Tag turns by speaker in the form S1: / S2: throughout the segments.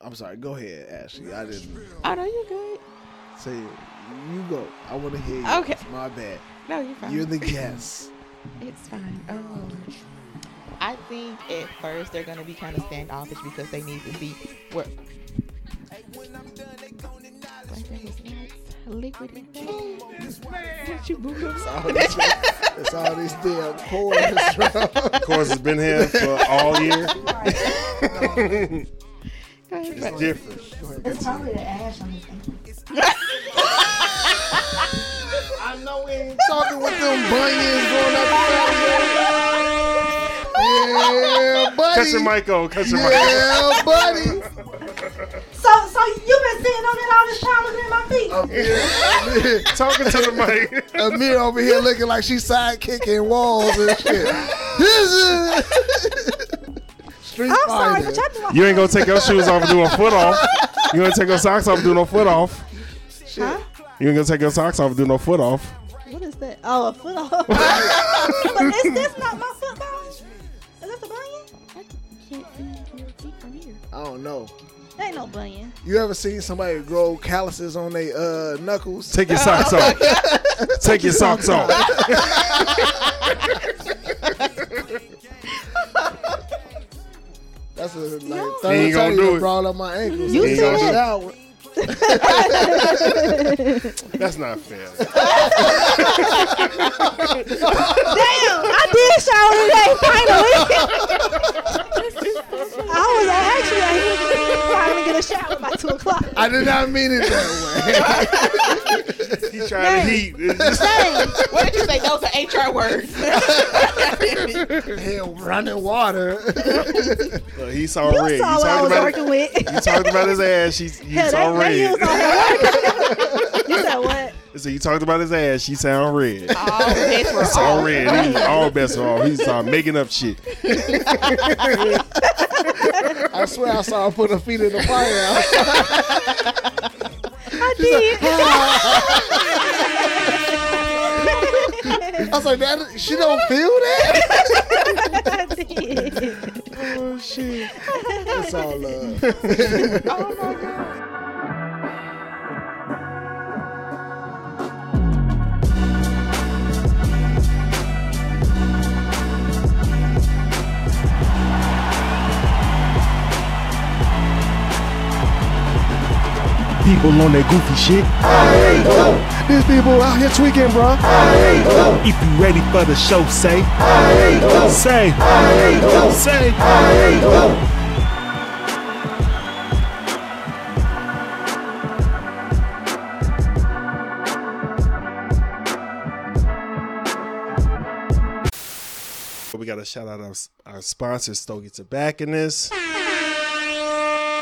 S1: I'm sorry. Go ahead, Ashley. I didn't
S2: Oh no, you're good.
S1: say it. You go. I want to hear you.
S2: Okay.
S1: It's my bad.
S2: No, you're fine.
S1: You're the guest.
S2: It's fine. Oh. I think at first they're gonna be kind of standoffish because they need to be where. Like there was not liquid in there. What you booed up?
S1: all these- That's all these damn chords.
S3: course, has been here for all year.
S2: Go ahead,
S3: It's
S2: but-
S3: different.
S4: It's probably the ash I'm thinking.
S1: I know we ain't talking with them bunions going up and down. Yeah,
S3: Cut your
S1: buddy.
S3: mic on. Cut your mic.
S1: Yeah, buddy.
S4: So, so you've been sitting on it all this time looking at my feet.
S1: Amir,
S3: Talking to the mic.
S1: Amir over here looking like she's sidekicking walls and shit. This is- Street
S4: I'm sorry,
S1: fighter.
S4: but y'all do like
S3: You ain't gonna take your shoes off and do a foot off. You ain't gonna take your socks off and do no foot off.
S2: Huh?
S3: You ain't gonna take your socks off and do no foot off.
S4: What is that? Oh, a foot off. but is this not my football? Is this a bunion?
S2: Can't see your feet from here.
S1: I don't know.
S4: Ain't no bunion.
S1: You ever seen somebody grow calluses on their uh, knuckles?
S3: Take your socks off. Take your socks off.
S1: That's a like
S3: He
S1: third
S3: ain't
S1: time
S3: gonna do
S1: you
S3: it.
S1: brought up my ankles.
S4: You
S1: in
S3: said
S1: the
S3: it.
S1: shower.
S3: That's not fair.
S4: Damn, I did shower today, finally. I was actually I was trying to get a shower by 2 o'clock.
S1: I did not mean it that way.
S3: He trying to heat. It's just-
S2: What did you say? Those are HR words.
S1: Hell, running water.
S3: Look, uh, he saw
S4: You
S3: red. You
S4: saw what I
S3: talked
S4: was
S3: about,
S4: working
S3: it-
S4: with.
S3: you talked about his ass. She, you
S4: Yeah,
S3: saw
S4: they, they use all
S3: red.
S4: that word. You said what?
S3: So you talked about his ass. She sound red.
S2: All bets were
S3: All
S2: off.
S3: red. He, all bets are off. He started making up shit.
S1: I swear I saw her put her feet in the fire. outside.
S4: I did.
S1: I was like, that she don't feel that.
S4: I did.
S1: Oh shit. It's all love.
S3: People on that goofy shit. There's people out here tweaking, bro. If you ready for the show, say. Say. Say. We gotta shout out our, our sponsor, Stogie Tobacconist.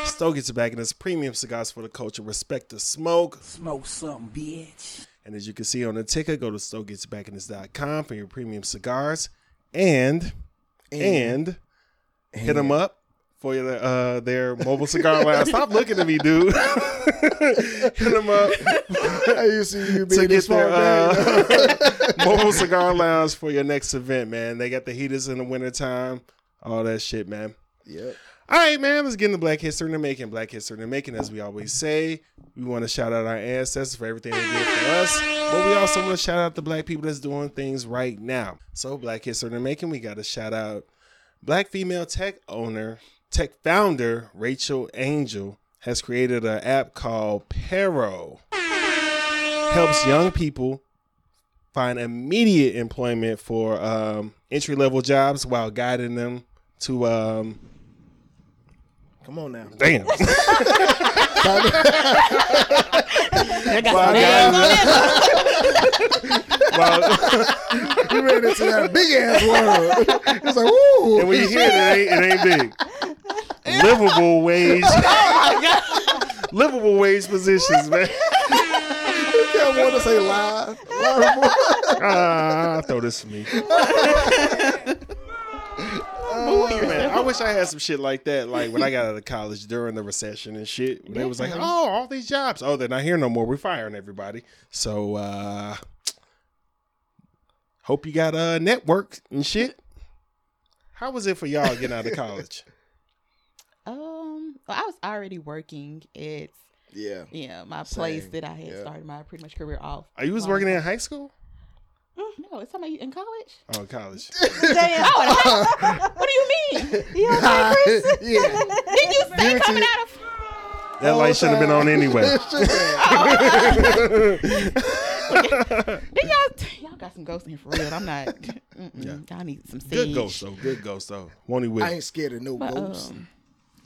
S3: Stogie Tobacconist, premium cigars for the culture. Respect the smoke.
S5: Smoke something, bitch.
S3: And as you can see on the ticker, go to stogetobacconist.com for your premium cigars and and, hit them up for your, uh, their mobile cigar line. Stop looking at me, dude. hit them up
S1: I used to you
S3: to
S1: being
S3: get
S1: this
S3: their
S1: far back.
S3: uh, mobile cigar lounge for your next event, man. They got the heaters in the wintertime, all that shit, man.
S1: Yep.
S3: All right, man, let's get into Black History in the Making. Black History in the Making, as we always say, we want to shout out our ancestors for everything they did for us, but we also want to shout out the black people that's doing things right now. So, Black History in the Making, we got to shout out black female tech owner, tech founder Rachel Angel has created an app called Pero.
S1: Uh,
S3: Helps young people find immediate employment for um, entry level jobs while guiding them to um,
S1: Come on now.
S3: Damn.
S1: You ran into that big ass world. It's like, ooh.
S3: and when you hear it, it ain't, it ain't big. Livable wage.
S1: Oh
S3: Livable wage positions, man.
S1: you can't want to say live. live.
S3: Ah, throw this for me. Man, I wish I had some shit like that. Like when I got out of college during the recession and shit, when it was like,
S1: Mm-hmm.
S3: oh, all these jobs. Oh, they're not here no more. We're firing everybody. So, uh, hope you got a uh, network and shit. How was it for y'all getting out of college?
S2: Um, Um, well, I was already working at
S1: Yeah.
S2: yeah my place
S1: Same.
S2: that I had
S1: Yeah.
S2: started my pretty much career off.
S3: Are Oh, you was
S2: from.
S3: working in high school?
S2: No, it's somebody in college.
S3: Oh, in college.
S4: Damn.
S2: What do you mean?
S4: You
S3: Uh,
S4: okay, Chris?
S1: yeah.
S2: Did you
S1: Give
S2: say
S1: it to
S2: coming
S1: you.
S2: out of?
S3: That light should have been on anyway.
S2: Did y'all y'all got some ghosts in here for real? I'm not. Mm-mm, Y'all need some sage.
S3: Good ghost though. Good ghost though. Won't he
S1: I
S3: win?
S1: ain't scared of no
S2: But,
S1: ghosts.
S2: um,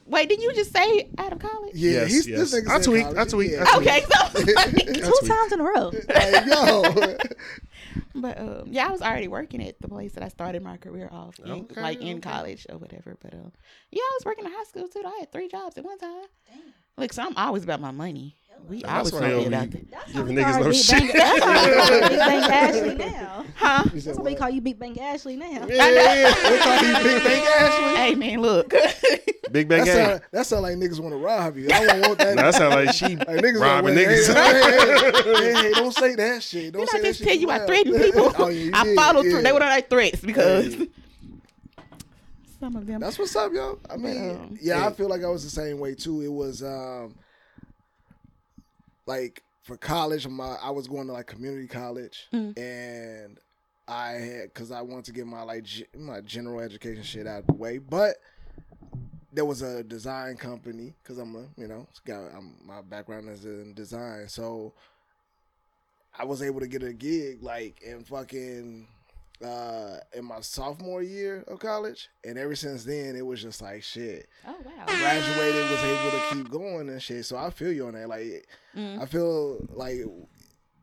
S2: wait, didn't you just say out of college?
S1: yeah,
S3: yes,
S1: he's
S3: yes.
S1: this nigga's
S3: I
S1: in
S3: tweaked,
S1: college.
S3: I tweaked, I
S1: Yeah.
S3: tweaked.
S2: Okay, so
S4: Two times in a row.
S1: Like, yo.
S2: but um, yeah, I was already working at the place that I started my career off, in,
S3: Okay,
S2: like in
S3: okay.
S2: college or whatever. But um, yeah, I was working in high school too. though. I had three jobs at one time. Look, so I'm always about my money. We always
S3: That's why I
S2: gonna be
S3: don't
S2: about
S3: be
S2: that.
S3: giving niggas no
S4: Big
S3: shit.
S4: Bang, that's why we call you Big Bang Ashley now.
S2: Huh?
S1: You said
S4: That's why we
S1: what?
S4: call you Big Bang Ashley now.
S3: Yeah, yeah, yeah.
S1: Big Bang Ashley.
S2: Hey man, look.
S3: Big Bang
S1: That
S3: Gang.
S1: sound, that sound like niggas want to rob you. I don't want that.
S3: Nah, that sound like she
S1: Like, niggas
S3: robbing
S1: like,
S3: niggas.
S1: Hey, hey, hey, hey, hey, don't say that shit. Don't
S2: Did
S1: say
S2: I
S1: that
S2: just
S1: shit
S2: tell
S1: too
S2: you I
S1: loud.
S2: threatened people?
S1: Oh, yeah, you
S2: I
S1: did,
S2: followed through. They
S1: yeah.
S2: were not like threats because
S1: Yeah.
S2: some of them.
S1: That's what's up, yo. I mean,
S2: um,
S1: yeah, I
S3: hey.
S1: feel like I was the same way too. It was um, like for college, my I was going to like community college,
S2: Mm.
S1: and I had because I wanted to get my like ge- my general education shit out of the way, but there was a design company because I'm a you know got I'm, my background is in design, so I was able to get a gig like in fucking uh in my sophomore year of college, and ever since then it was just like shit.
S2: oh wow.
S1: Graduated was able to keep going and shit. So I feel you on that. Like
S2: Mm.
S1: I feel like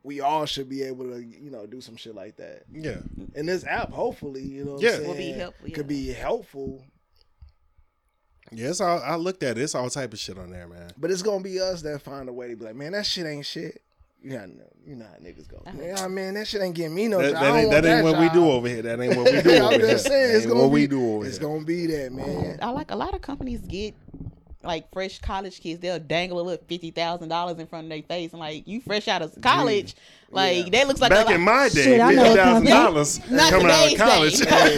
S1: we all should be able to you know do some shit like that.
S3: Yeah.
S1: And this app, hopefully, you know, what I'm
S3: Yeah.
S1: saying,
S2: Will be helpful, yeah.
S1: Could be helpful
S3: Yeah, it's all I looked at it. It's all type of shit on there, man.
S1: But it's gonna be us that find a way to be like, man, that shit ain't shit. You know, you know how niggas go.
S2: Uh-huh.
S1: Man, I mean, that shit ain't getting me no
S3: That,
S1: job.
S3: that
S1: I
S3: ain't,
S1: don't
S3: that
S1: want
S3: ain't what we
S1: job.
S3: do over here. That ain't what we do over
S1: I'm
S3: here.
S1: just saying,
S3: That
S1: it's
S3: ain't
S1: gonna
S3: what
S1: be,
S3: we do over
S1: It's
S3: here.
S1: gonna be that man.
S2: I like a lot of companies get like fresh college kids. They'll dangle a little fifty thousand dollars in front of their face and like you fresh out of college, like that looks like
S3: Back
S2: a lot-
S3: in my day,
S4: Shit, I know
S3: fifty
S4: what
S3: thousand dollars
S2: not
S3: coming out of college.
S2: today's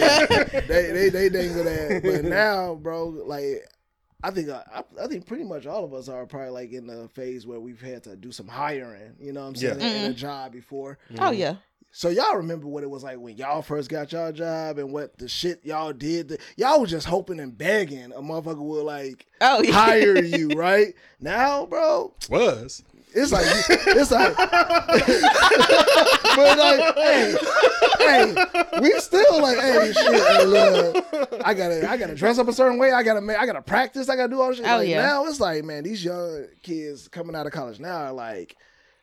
S2: day.
S1: they they they dangle that, but now, bro, like. I think uh, I, I- I think pretty much all of us are probably like in the phase where we've had to do some hiring, you know what I'm saying,
S3: Yeah.
S2: Mm-hmm.
S1: in a job before.
S2: oh yeah.
S1: So y'all remember what it was like when y'all first got y'all job and what the shit y'all did. that- y'all was just hoping and begging a motherfucker would like
S2: Oh yeah.
S1: hire you, right? Now, bro,
S3: Was
S1: it's like it's like But like hey, hey, we still like, hey, shit, hey, look, I gotta I gotta dress up a certain way, I gotta make I gotta practice, I gotta do all this shit.
S2: Oh,
S1: like,
S2: yeah.
S1: now it's like, man, these young kids coming out of college now are like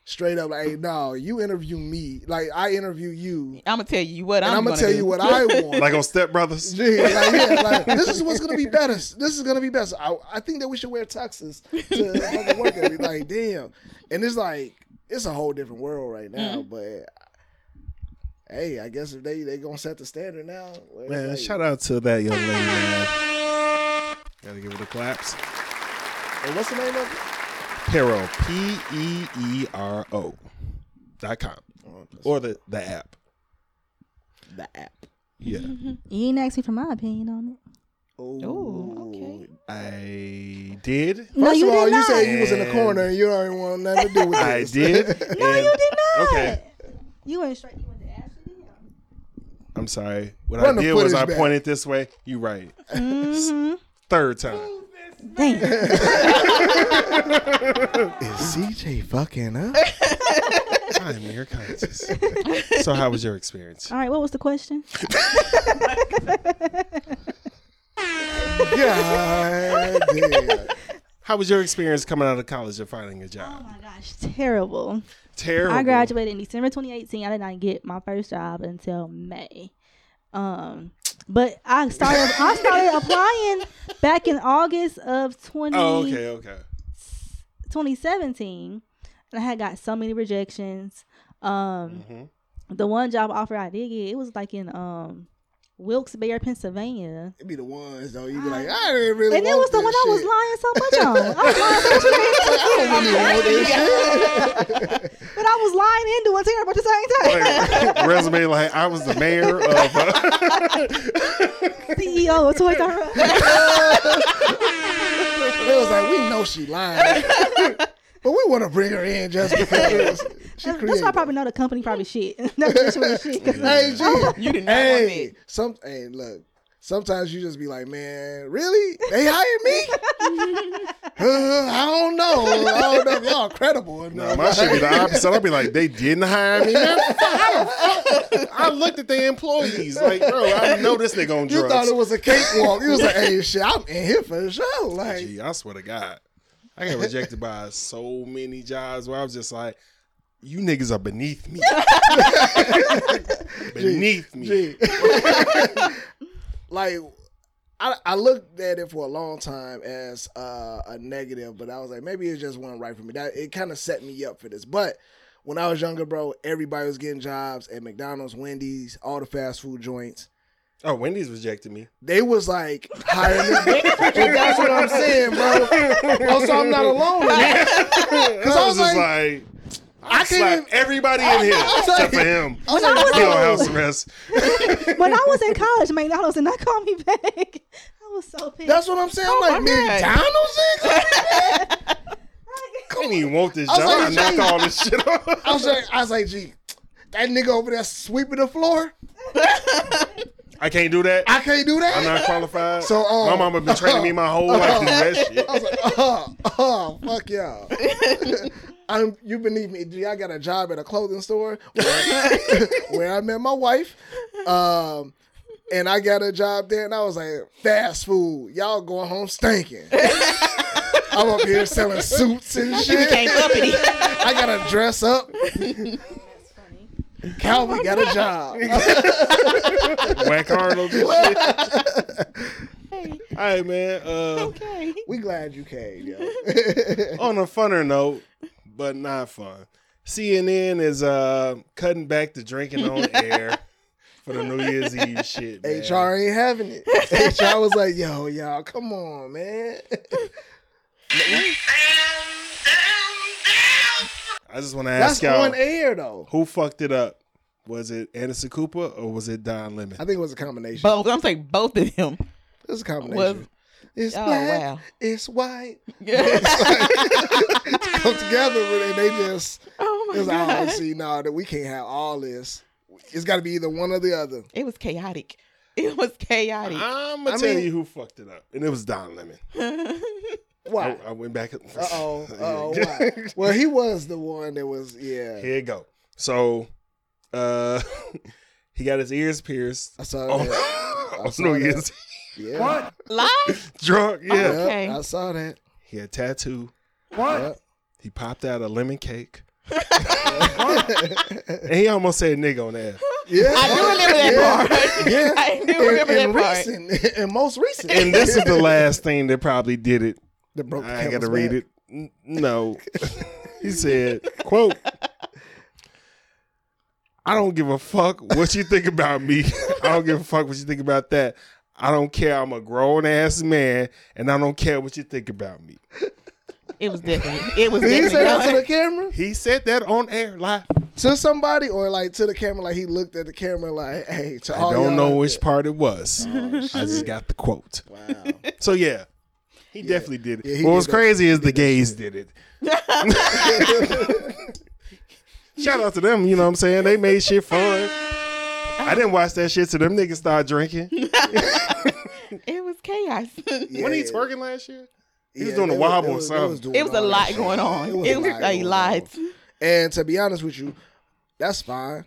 S1: straight up like, hey, no, you interview me. Like I interview you.
S2: I'm gonna tell you what
S1: And
S2: I'm,
S1: I'm, gonna tell
S2: do.
S1: you what I want.
S3: like on Step Brothers.
S1: Gee, like, yeah, like, this is what's gonna be better. This is gonna be best. I, I think that we should wear tuxes to fucking work. Every, like, damn, and it's like it's a whole different world right now.
S4: Mm-hmm.
S1: But hey, I guess if they they gonna set the standard now, well,
S3: Man,
S1: like,
S3: shout out to that young lady, man. Gotta give it a claps.
S1: and what's the name of it?
S3: Pero P E E R O dot com or the the app.
S1: The app.
S3: Yeah,
S4: You ain't asked me for my opinion on it.
S2: Ooh, okay.
S3: I did.
S4: no,
S1: First
S4: you
S1: of all,
S4: did
S1: you
S4: not.
S1: said you was in the
S3: And-
S1: corner and you don't even want nothing to do with
S3: I
S1: this.
S3: did.
S4: No,
S3: and-
S4: you did not.
S3: Okay.
S4: You went straight. You went to Ashley.
S3: I'm sorry. What
S1: Run
S3: I
S1: the
S3: did was
S1: footage
S3: I
S1: back.
S3: pointed this way. You right.
S4: Mhm.
S3: Third time.
S4: Damn.
S1: Is CJ fucking up?
S3: I'm your conscious. so how was your experience?
S4: All right. What was the question? Oh
S1: God damn.
S3: How was your experience coming out of college and finding a
S4: Oh
S3: job?
S4: my gosh, terrible.
S3: Terrible.
S4: I graduated in December 2018. I did not get my first job until May. Um, but I started I started applying back in August of 20,
S3: Oh, okay, okay.
S4: 2017. And I had got so many rejections. Um,
S3: Mm-hmm.
S4: the one job offer I did get, it was like in um Wilkes-Barre, Pennsylvania.
S1: It be the ones though. You be like, I didn't really.
S4: And it
S1: want
S4: was the
S1: this
S4: one
S1: shit.
S4: I was lying so much on. I was lying so much
S1: I don't really want this
S4: but I was lying into it terrible at the same time.
S3: Like, resume like I was the mayor of. Uh,
S4: E CEO of Toys R Us.
S1: they was like, we know she lying, but we want to bring her in just because she
S4: That's,
S1: created.
S4: that's why I probably know the company probably shit. That's just what shit. 'cause
S1: Hey, G,
S2: Oh. You did not want
S1: hey,
S2: that.
S1: some hey, look. Sometimes you just be like, man, really? They hired me? Uh, I don't know. I don't know if y'all credible. or
S3: Nah,
S1: not.
S3: my shit be the opposite. I'll be like, they didn't hire me. Man, how the fuck? I looked at the employees. Like, bro, I know this nigga on
S1: you thought
S3: drugs.
S1: it was a cakewalk. You was like, hey, shit, I'm in here for sure. Like,
S3: Gee, I swear to God. I got rejected by so many jobs where I was just like, you niggas are beneath me. beneath me.
S1: Gee. like I, I looked at it for a long time as uh, a negative, but I was like, maybe it just wasn't right for me. That it kind of set me up for this. But when I was younger, bro, everybody was getting jobs at McDonald's, Wendy's, all the fast food joints.
S3: Oh, Wendy's rejected me.
S1: They was like hiring me. that's what I'm saying, bro. Oh, so I'm not alone. in that.
S3: Because I was,
S1: like,
S3: just like, I,
S1: I
S3: slap
S1: can't.
S3: everybody in here except for him.
S4: When I was
S3: He on house arrest.
S4: when I was in college, McDonald's did not call me back. I was so pissed.
S1: That's what I'm saying. I'm like
S2: Oh my God.
S1: McDonald's. nigga?
S3: I didn't even want this job.
S1: I was
S3: I
S1: like,
S3: knocked
S1: gee.
S3: all this shit
S1: I
S3: off.
S1: was like, I was like, gee, that nigga over there sweeping the floor.
S3: I can't do that.
S1: I can't do that.
S3: I'm not qualified.
S1: So, um,
S3: my mama been training me my whole life to do that shit.
S1: I was like, oh, oh, fuck y'all. I'm, you believe me, G, I got a job at a clothing store where, where I met my wife. Um, and I got a job there, and I was like, fast food. Y'all going home stinking. I'm up here selling suits and shit.
S2: became uppity.
S1: I got to dress up. Calvin got a job.
S3: Whack Arnold and shit. All right, man. Uh,
S4: okay.
S1: we glad you came, yo.
S3: on a funner note, but not fun. CNN is uh, cutting back the drinking on air for the New Year's Eve shit. Man.
S1: HR ain't having it. HR was like, yo, y'all, come on, man.
S3: I just want to
S1: That's
S3: ask y'all
S1: on air though.
S3: who fucked it up. Was it Anderson Cooper or was it Don Lemon?
S1: I think it was a combination.
S2: Both. I'm saying both of them.
S1: it was a combination.
S2: Was-
S1: it's
S2: Oh,
S1: black,
S2: wow.
S1: it's white.
S2: Yeah.
S1: Come together with it, and they just
S2: oh
S1: it's all see, no, that we can't have all this. It's got to be either one or the other.
S2: It was chaotic. It was chaotic.
S3: I'm gonna
S1: I
S3: tell
S1: mean-
S3: you who fucked it up, and it was Don Lemon.
S1: Why?
S3: I, I went back. Uh
S1: Uh oh. Oh, why? Well, he was the one that was yeah.
S3: Here you go. So, uh, he got his ears pierced.
S1: I saw
S3: on,
S1: that.
S3: on
S1: saw
S3: New
S1: that.
S3: Year's
S1: Yeah.
S2: Live?
S3: drunk. Yeah,
S1: Yep,
S2: Okay.
S1: I saw that.
S3: he had tattoo.
S1: What?
S3: He popped out a lemon cake. and he almost said nigga on the air.
S1: Yeah.
S2: I do remember that part.
S1: Yeah.
S2: I do remember
S1: and, and
S2: that part.
S1: recent, and most recent.
S3: And this is the last thing that probably did it.
S1: the broke.
S3: I ain't
S1: camel's
S3: gotta read
S1: back.
S3: it. N- No. he said, quote, I don't give a fuck what you think about me. I don't give a fuck what you think about that. I don't care. I'm a grown ass man, and I don't care what you think about me.
S2: It was definitely. It was
S1: Did he say that to
S2: definitely.
S1: the camera?
S3: He said that on air live.
S1: to somebody or like to the camera, like he looked at the camera, like, hey, to all
S3: I don't
S1: y'all
S3: know
S1: out
S3: which
S1: there.
S3: part it was. I just got the quote.
S1: Wow.
S3: So yeah, he definitely did it.
S1: Yeah, he
S3: what
S1: did
S3: was
S1: that.
S3: crazy is the gays did it. Shout out to them, you know what I'm saying? They made shit fun. I didn't watch that shit so them niggas started drinking.
S2: It was chaos.
S3: When he
S1: Yeah.
S3: twerking last year? He was
S1: Yeah,
S3: doing a
S1: they
S3: wobble
S1: they
S3: or
S1: was- they
S3: something.
S1: doing
S2: It was a
S1: all that
S2: lot
S1: shit.
S2: going on. It was like
S1: going
S2: lots.
S1: on. And to be honest with you, that's fine.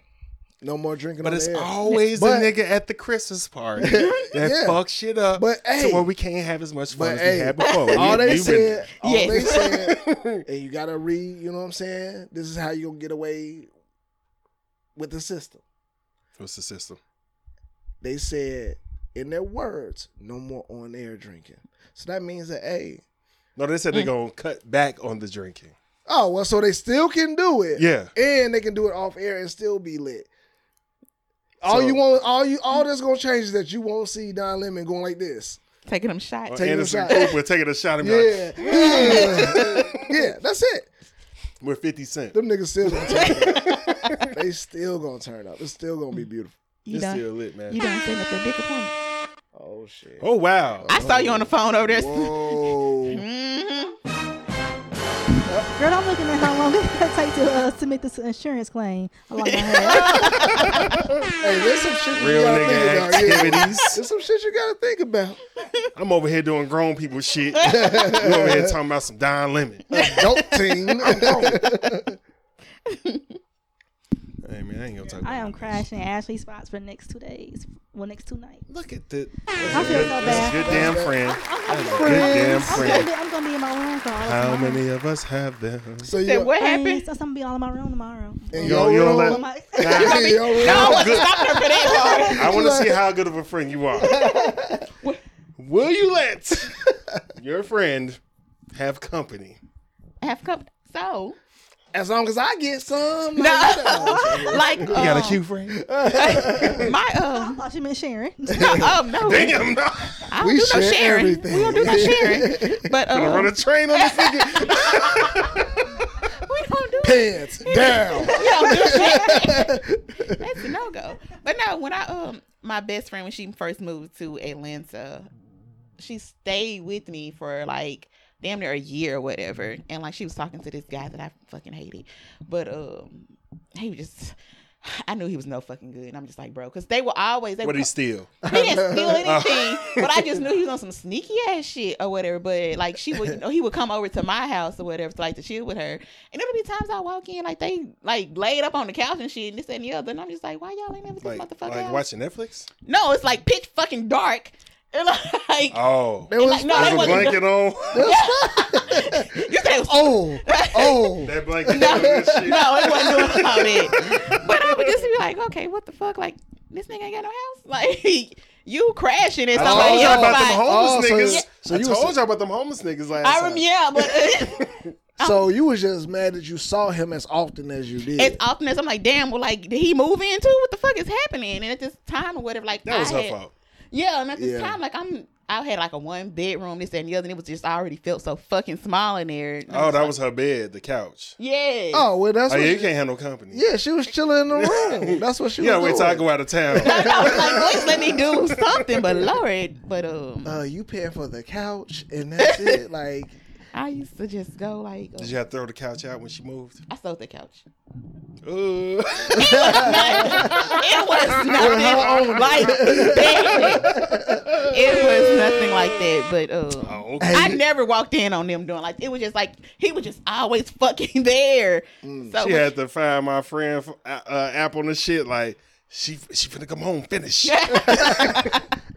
S1: No more drinking.
S3: But
S1: on
S3: it's
S1: the air.
S3: always
S1: But-
S3: the nigga at the Christmas party that
S1: Yeah.
S3: fuck shit up
S1: But,
S3: to
S1: hey.
S3: where we can't have as much fun
S1: But
S3: as
S1: hey,
S3: we had before.
S1: all
S3: You-
S1: they
S3: you been-
S1: said, all they
S2: Yes.
S1: said, and you gotta read. You know what I'm saying? This is how you gonna get away with the system.
S3: What's the system?
S1: they said in their words, no more on air drinking. So that means that hey,
S3: No, they
S1: Mm.
S3: said they're gonna cut back on the drinking.
S1: oh well, so they still can do it.
S3: Yeah.
S1: and they can do it off air and still be lit. All
S3: So-
S1: you want, all you, all that's gonna change is that you won't see Don Lemon going like this.
S2: Taking them shots.
S1: Take- Taking a
S3: uh, Anderson
S1: shot.
S3: Cooper taking a shot at me like,
S1: Yeah, yeah, yeah, that's it.
S3: we're 50 Cent.
S1: Them niggas still gonna turn up. they still gonna turn up. It's still gonna be beautiful.
S2: You
S3: It's
S2: done.
S3: still lit, man.
S2: You done setting up your dick appointment.
S1: Oh shit.
S3: Oh wow!
S2: I saw you on the phone over there.
S1: Whoa.
S2: Mhm.
S4: Girl, I'm looking at how long it's gonna take to uh, submit this insurance claim. I like my hair.
S1: Hey, there's some shit you
S3: Real
S1: gotta think
S3: nigga
S1: about. Yeah.
S3: activities.
S1: There's some shit you gotta think about.
S3: I'm over here doing grown people shit. you over here talking about some Don Lemon.
S1: Adult team.
S3: Hey man, I ain't gonna talk. about
S4: I am
S3: that.
S4: crashing Ashley spots for the next two days. Well, next two nights.
S3: Look at this.
S4: I feel so
S3: That's a
S4: bad.
S3: good damn friend. That's a good damn
S1: Friends.
S4: I'm gonna,
S3: friend.
S4: be, I'm gonna be in my room for all of
S3: How
S4: tomorrow.
S3: many of us have them?
S1: so
S2: Said,
S1: you
S2: what
S4: Thanks.
S2: happened?
S4: That's gonna be all in my room tomorrow.
S1: in
S3: You
S1: your
S3: don't- you don't
S1: room?
S4: My-
S1: In your room?
S2: I wasn't stopping her for that part.
S3: I want to see how good of a friend you are. Will you let your friend have company?
S2: Half cup. So
S1: As long as I get some. Oh. like,
S2: no, like
S3: You got a
S2: um,
S3: cute friend?
S2: my
S4: I
S2: um.
S4: thought you meant Sharon.
S2: Um, no,
S3: Damn, no.
S2: I don't
S1: We
S2: do no
S1: share
S2: sharing.
S1: everything.
S2: We don't do no sharing. But
S3: Gonna
S2: um,
S3: run a train on this nigga.
S2: we don't do
S1: Pants down.
S2: Yeah, that's a no go. But no, when I um my best friend when she first moved to Atlanta, she stayed with me for like damn near a year or whatever. And like she was talking to this guy that I fucking hated. But um he was just I knew he was no fucking good. And I'm just like, bro, because they were always they
S3: What
S2: were
S3: he steal?
S2: he didn't
S3: Uh.
S2: steal anything, but I just knew he was on some sneaky ass shit or whatever. But like she would, you know, he would come over to my house or whatever to like to chill with her. And it'll be times I walk in like they like laid up on the couch and shit and this that, and the other, and I'm just like, why y'all ain't never this
S3: Like,
S2: motherfucker?
S3: like
S2: out?
S3: watching Netflix?
S2: no, it's like pitch fucking dark. And like,
S3: Oh.
S1: There was
S2: like, no,
S3: There's
S2: that
S3: a
S2: wasn't.
S3: blanket on.
S2: You said it was
S1: oh, oh.
S3: that blanket on this shit.
S2: no, it wasn't doing all that. But I would just be like, okay, what the fuck? Like, this nigga ain't got no house. Like, you crashing at
S3: I told
S2: somebody
S3: y'all
S2: else.
S3: about them
S2: Like,
S3: homeless
S1: Oh, so-
S3: niggas.
S1: so
S3: I
S1: you
S3: told
S1: was-
S3: y'all about them homeless niggas last
S2: I
S3: time.
S2: rem- yeah, but. Oh.
S1: So you was just mad that you saw him as often as you did.
S2: as often as I'm like, damn, well, like, did he move in too? What the fuck is happening? And at this time or whatever, like,
S3: That was
S2: I
S3: her
S2: had-
S3: fault.
S2: Yeah, and at this
S1: Yeah.
S2: time, like, I'm, I had like a one bedroom, this that, and the other, and it was just I already felt so fucking small in there. And I'm
S3: Oh,
S2: just
S3: that
S2: like,
S3: was her bed, the couch.
S2: yeah.
S1: oh, well, that's
S3: Oh,
S1: what
S3: yeah, you
S1: she-
S3: can't handle company.
S1: Yeah, she was chilling in the room. That's what she
S3: Yeah,
S1: was
S3: wait till I
S1: doing.
S3: go out of town.
S2: And I was like, please let me do something, but Lord, but um,
S1: Uh, you paying for the couch and that's it. Like,
S2: I used to just go like, uh,
S3: Did you have to throw the couch out when she moved?
S2: I sold the couch. It
S3: Ooh.
S2: was nothing like that. It was nothing like that, but um,
S3: oh, okay.
S2: I
S1: Hey.
S2: never walked in on them doing like it was just like he was just always fucking there.
S1: Mm,
S2: So
S3: She had to find my friend uh, uh, app on the shit. Like she she finna come home finish.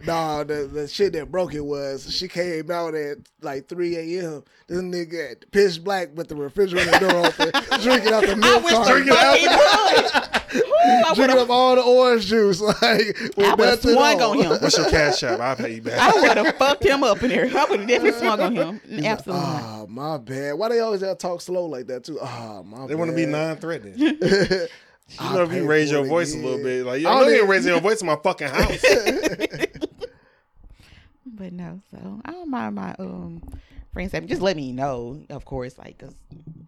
S1: nah, the, the shit that broke it was she came out at like 3 a.m. This nigga had pitch black with the refrigerator door open, drinking out the
S2: I
S1: milk
S2: wish the
S1: carton,
S2: fucking
S3: Drink it out.
S2: would. Whew, I
S1: drinking
S2: would've-
S1: up all the orange juice. Like, with
S2: I would have
S1: nothing
S2: swung on him.
S3: What's your cash app? I'll pay you back.
S2: I would have fucked him up in there. I would have definitely swung on him. Absolutely. not.
S1: Ah, my bad. Why they always gotta talk slow like that too? Ah, my
S3: They want to be non-threatening. You
S1: I
S3: know, if you raise your voice a little bit, like you
S1: I
S3: know, you
S1: didn't-
S3: ain't raising your voice in my fucking house.
S2: But no, so I don't mind my um friends having. Just let me know, of course, like 'cause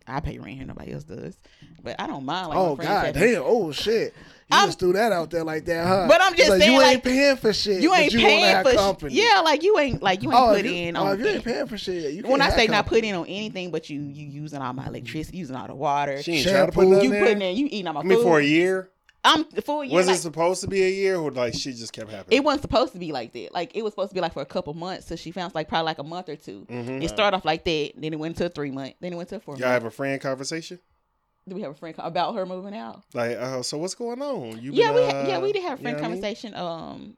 S2: I pay rent here, nobody else does. But I don't mind. Like, my
S1: Oh
S2: friends
S1: god,
S2: having-
S1: damn! Oh shit! You
S2: I'm-
S1: just threw that out there like that, huh?
S2: But I'm just
S1: It's like,
S2: saying,
S1: you ain't
S2: like,
S1: paying for shit.
S2: You
S1: but
S2: ain't
S1: wanna
S2: paying
S1: have
S2: for sh-
S1: company.
S2: yeah, like you ain't like you ain't
S1: Oh, if
S2: put
S1: you,
S2: in
S1: oh,
S2: on
S1: if you ain't
S2: things.
S1: paying for shit, you
S2: when I
S1: can't
S2: say
S1: have
S2: not
S1: company.
S2: putting on anything, but you you using all my electricity, using all the water,
S3: She ain't
S1: Shampoo.
S3: trying to put nothing
S2: you
S3: in.
S2: putting in, you eating all my
S3: I mean,
S2: food.
S3: for a year,
S2: I'm for you.
S3: was
S2: Like,
S3: it supposed to be a year, or like she just kept happening?
S2: it wasn't supposed to be like that. Like it was supposed to be like for a couple months. So she found like probably like a month or 2
S3: Mhm.
S2: It started off like that, then it went to a three month, then it went to a four.
S3: Y'all
S2: month.
S3: have a friend conversation?
S2: Did we have a friend co- about her moving out?
S3: Like, uh, so what's going on? You
S2: yeah,
S3: been,
S2: we ha-
S3: uh,
S2: yeah we did have a
S3: you
S2: friend
S3: know what I mean?
S2: conversation um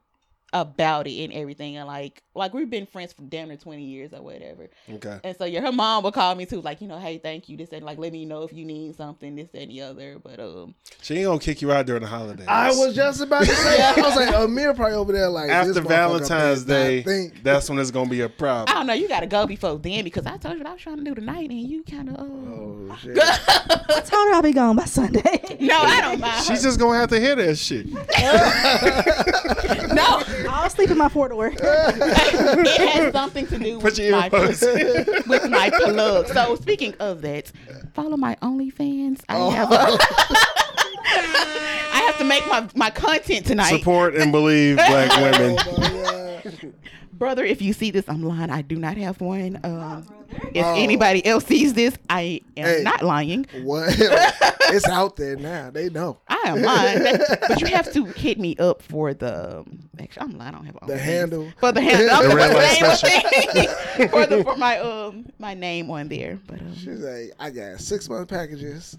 S2: about it and everything, and like like we've been friends for damn near twenty years or whatever.
S3: Okay.
S2: And so yeah, her mom would call me too, like you know, hey, thank you, this and like let me know if you need something, this that, and the other. But um,
S3: She ain't gonna kick you out during the holidays.
S1: I was just about to say. I was like, Amir probably over there like
S3: after
S1: this motherfucker
S3: Valentine's
S1: better not
S3: Day.
S1: Think.
S3: That's when it's gonna be a
S2: I
S3: problem.
S2: don't know, you gotta go before then because I told you what I was trying to do tonight, and you kind of. Uh...
S1: Oh shit!
S4: I told her I'll be gone by Sunday.
S2: No, I don't mind.
S3: She's just gonna have to hear that shit.
S2: no,
S4: I'll sleep in my four door.
S2: it has something to do
S3: Put
S2: with
S3: your
S2: my
S3: earphones. in.
S2: with my plug. So speaking
S3: Oh.
S2: of that, follow my OnlyFans. I have a I have to make my, my content tonight.
S3: Support and believe black women.
S1: Oh, my God.
S2: Brother, if you see this, I'm lying. I do not have one. Um, if
S1: Oh.
S2: anybody else sees this, I am
S1: Hey.
S2: not lying.
S1: What? it's out there now. They know.
S2: I am lying. That- but you have to hit me up for the. um, Actually, I'm lying. I don't have all
S1: The
S2: names.
S1: handle.
S2: for the handle.
S3: The
S2: I'm
S3: red
S2: the
S3: light
S2: name of thing. for the for my um my name on there. But um,
S1: She's like, I got six month packages.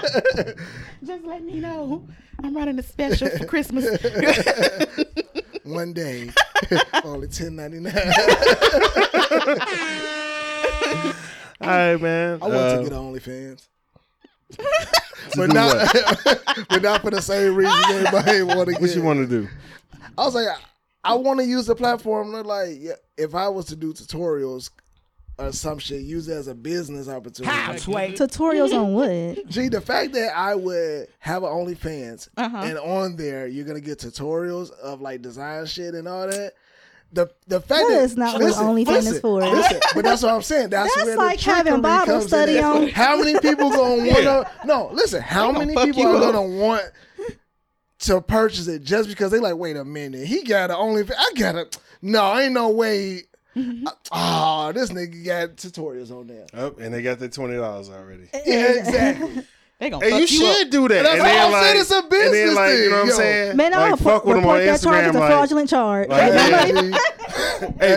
S2: just let me know. I'm running a special for Christmas.
S1: One day. Only ten ninety nine.
S3: All right, man.
S1: I want
S3: Uh,
S1: to get on OnlyFans.
S3: do
S1: But not, but not for the same reason everybody want to get.
S3: what you want to do?
S1: I was like, I, I want to use the platform. to, Like, yeah, if I was to do tutorials or some shit, use it as a business opportunity.
S4: Tutorials on what?
S1: Gee, the fact that I would have an OnlyFans
S2: Uh-huh.
S1: and on there you're gonna get tutorials of like design shit and all that. The the fact
S4: That
S1: that,
S4: is not what OnlyFans is for.
S1: Listen, but that's what I'm saying. That's,
S4: That's
S1: where
S4: like
S1: the trickery
S4: having Bible
S1: comes in
S4: study
S1: at.
S4: on-
S1: How many people gonna want to? No, listen. How
S2: gonna
S1: many
S2: fuck
S1: people
S2: you
S1: are
S2: up.
S1: gonna want to purchase it just because they like? Wait a minute, he got an OnlyFans. I got to No, ain't no way.
S4: Mm-hmm.
S1: Ah, this nigga got tutorials on there.
S3: Oh, and they got their twenty dollars already.
S1: Yeah, exactly.
S2: they gonna
S3: Hey,
S2: fuck
S3: you
S2: you,
S3: should
S2: up.
S3: do that.
S1: That's
S3: and then,
S1: what I'm
S3: like,
S1: saying, it's a
S3: And then,
S1: business
S3: like, you know what I'm
S1: thing, yo.
S3: saying?
S4: Man, I'll
S3: like, fuck with them on
S4: report that charge as
S3: Instagram.
S4: a
S3: Like,
S4: fraudulent charge.
S3: like, yeah. hey,
S1: Exactly.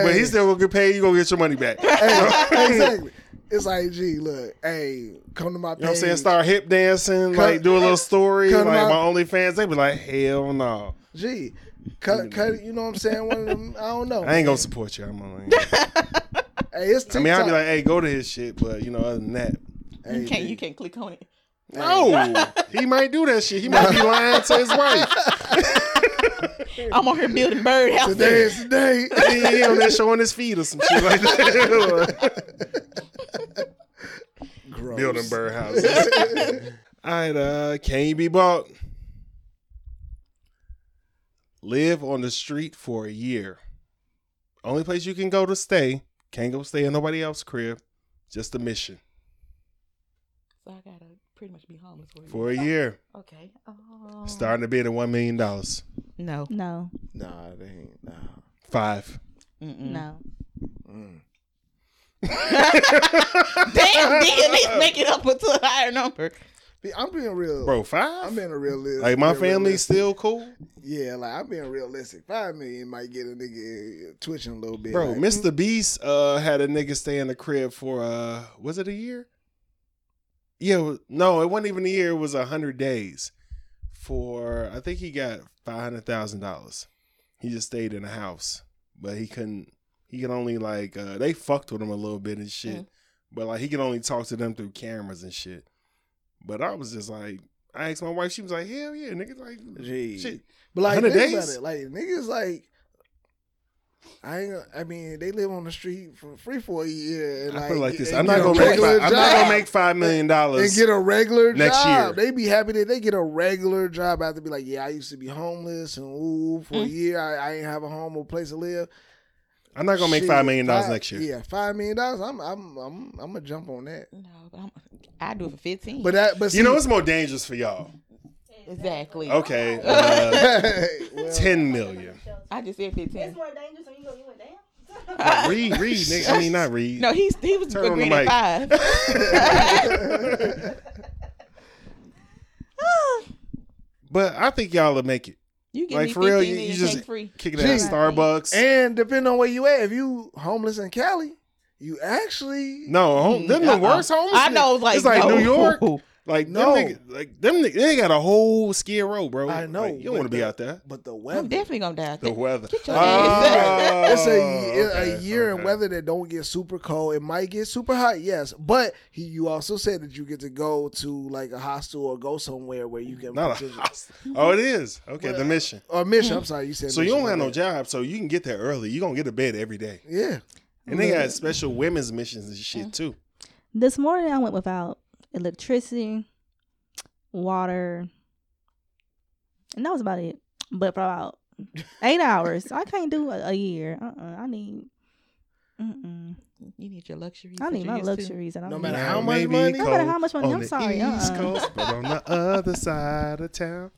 S3: but he still gonna get paid. You gonna get your money back. You know
S1: exactly. It's like, gee, look, hey, come to my page.
S3: what I'm saying? Start hip dancing. Like, do a little story. Like
S1: Cut 'em
S3: my
S1: out.
S3: OnlyFans, they be like, hell no,
S1: Gee, cut, cut. You know what I'm saying? One of them. I don't know.
S3: I ain't gonna support you. I'm on.
S1: Hey, it's
S3: I
S1: TikTok.
S3: mean, I'd be like, hey, go to his shit, but you know, other than that,
S1: hey,
S2: You can't you
S1: gee.
S2: can't click on it.
S3: no, he might do that shit. He might be lying to his wife.
S2: I'm on here building birdhouses.
S1: Today is the day.
S3: he he on there showing his feet or some shit like that.
S1: Gross.
S3: Building birdhouses. All right, uh, can you be bought? Live on the street for a year. Only place you can go to stay. Can't go stay in nobody else's crib. Just a mission
S2: So I gotta pretty much be homeless for you.
S3: for a year.
S2: Okay. Oh.
S3: Starting to bid at one million dollars.
S2: No.
S4: No,
S1: Nah, they ain't. Nah.
S3: Five.
S2: Mm-mm.
S4: no.
S1: Mm.
S2: Damn, then they make it up to a higher number.
S1: Be- I'm being real.
S3: Bro, 5
S1: I'm being a realist.
S3: like my
S1: being
S3: family's
S1: realistic.
S3: still cool.
S1: Yeah, like I'm being realistic. Five million might get a nigga twitching a little bit.
S3: Bro,
S1: like,
S3: Mr. Beast uh had a nigga stay in the crib for uh was it a year? Yeah, it was- no, it wasn't even a year, it was a hundred days. For I think he got five hundred thousand dollars. He just stayed in a house. But he couldn't he could only like uh they fucked with him a little bit and
S1: Mm-hmm.
S3: shit. But like he could only talk to them through cameras and shit. But I was just like I asked my wife, she was like, Hell yeah, nigga like
S1: Gee.
S3: shit.
S1: But like,
S3: 100
S1: think about
S3: days?
S1: it. Like niggas, like I ain't. I mean, they live on the street for free for a year. And,
S3: I feel like this.
S1: and
S3: I'm
S1: get
S3: not
S1: a
S3: gonna make
S1: regular
S3: five, I'm not
S1: job.
S3: gonna make five million
S1: and
S3: dollars.
S1: get a regular
S3: next
S1: job.
S3: year.
S1: They be happy that they get a regular job after be like, yeah, I used to be homeless and ooh for a year. I, I ain't have a home or place to live.
S3: I'm not gonna make
S1: Shit,
S3: five million dollars
S1: five-
S3: next year.
S1: Yeah, five million dollars. I'm I'm I'm I'm gonna jump on that.
S2: No, but I'm, I do it for 15.
S1: But that but see,
S3: You know what's more dangerous for y'all?
S2: exactly.
S3: Okay, uh,
S1: well,
S3: ten million.
S2: I just said 15.
S4: more dangerous when you go. You went down.
S3: Read, read, nigga. I mean, not read.
S2: No, he's, he was
S3: Turn on the
S2: agreeing at
S3: mic.
S2: five.
S3: But I think y'all will make it.
S2: You give
S3: Like
S2: me
S3: for real,
S2: 15
S3: you,
S2: and
S3: you
S2: you
S3: just
S2: take free.
S3: kick it at
S1: Gee.
S3: Starbucks.
S1: and depending on where you at, if you homeless in Cali, you actually
S3: no, home, them the
S2: Uh-uh.
S3: worst homeless.
S2: I know,
S3: niggas.
S2: like,
S3: it's like
S2: no.
S3: New York. Like
S1: No.
S3: them, niggas, like them, niggas, they got a whole skid row, bro.
S1: I know.
S3: Like, you don't
S1: but
S3: want to be
S1: the-
S3: out there.
S1: But the
S2: I'm
S1: weather. Uh,
S2: definitely going to die. out
S3: The
S2: there.
S3: weather.
S2: Get your ass
S3: Oh,
S1: it's a, a
S3: okay,
S1: year
S3: okay.
S1: in weather that don't get super cold. It might get super hot, yes. But he, you also said that you get to go to like a hostel or go somewhere where you can
S3: Not a
S1: potentially-
S3: house. Oh, it is. Okay, the mission.
S1: or mission. I'm sorry, you said
S3: So you
S1: mission,
S3: don't have
S1: my
S3: no
S1: bad.
S3: job, so you can get there early. You gonna get to bed every day.
S1: Yeah,
S3: And they got special women's missions and shit too.
S4: This morning I went without electricity, water, and that was about it. But for about eight hours, I can't do a, a year. Uh-uh, I need Mm-mm.
S2: You need your luxuries.
S4: I
S2: that
S4: need
S2: you're
S4: my
S2: used to.
S4: luxuries. And I
S1: No
S4: don't
S1: matter
S4: need-
S3: Now
S1: how
S3: it
S1: much
S3: may be
S1: money?
S4: No matter
S3: cold
S4: how much money,
S3: on
S4: Oh, I'm
S3: the
S4: sorry,
S3: East
S4: uh-uh.
S3: Coast, but on the other side of town,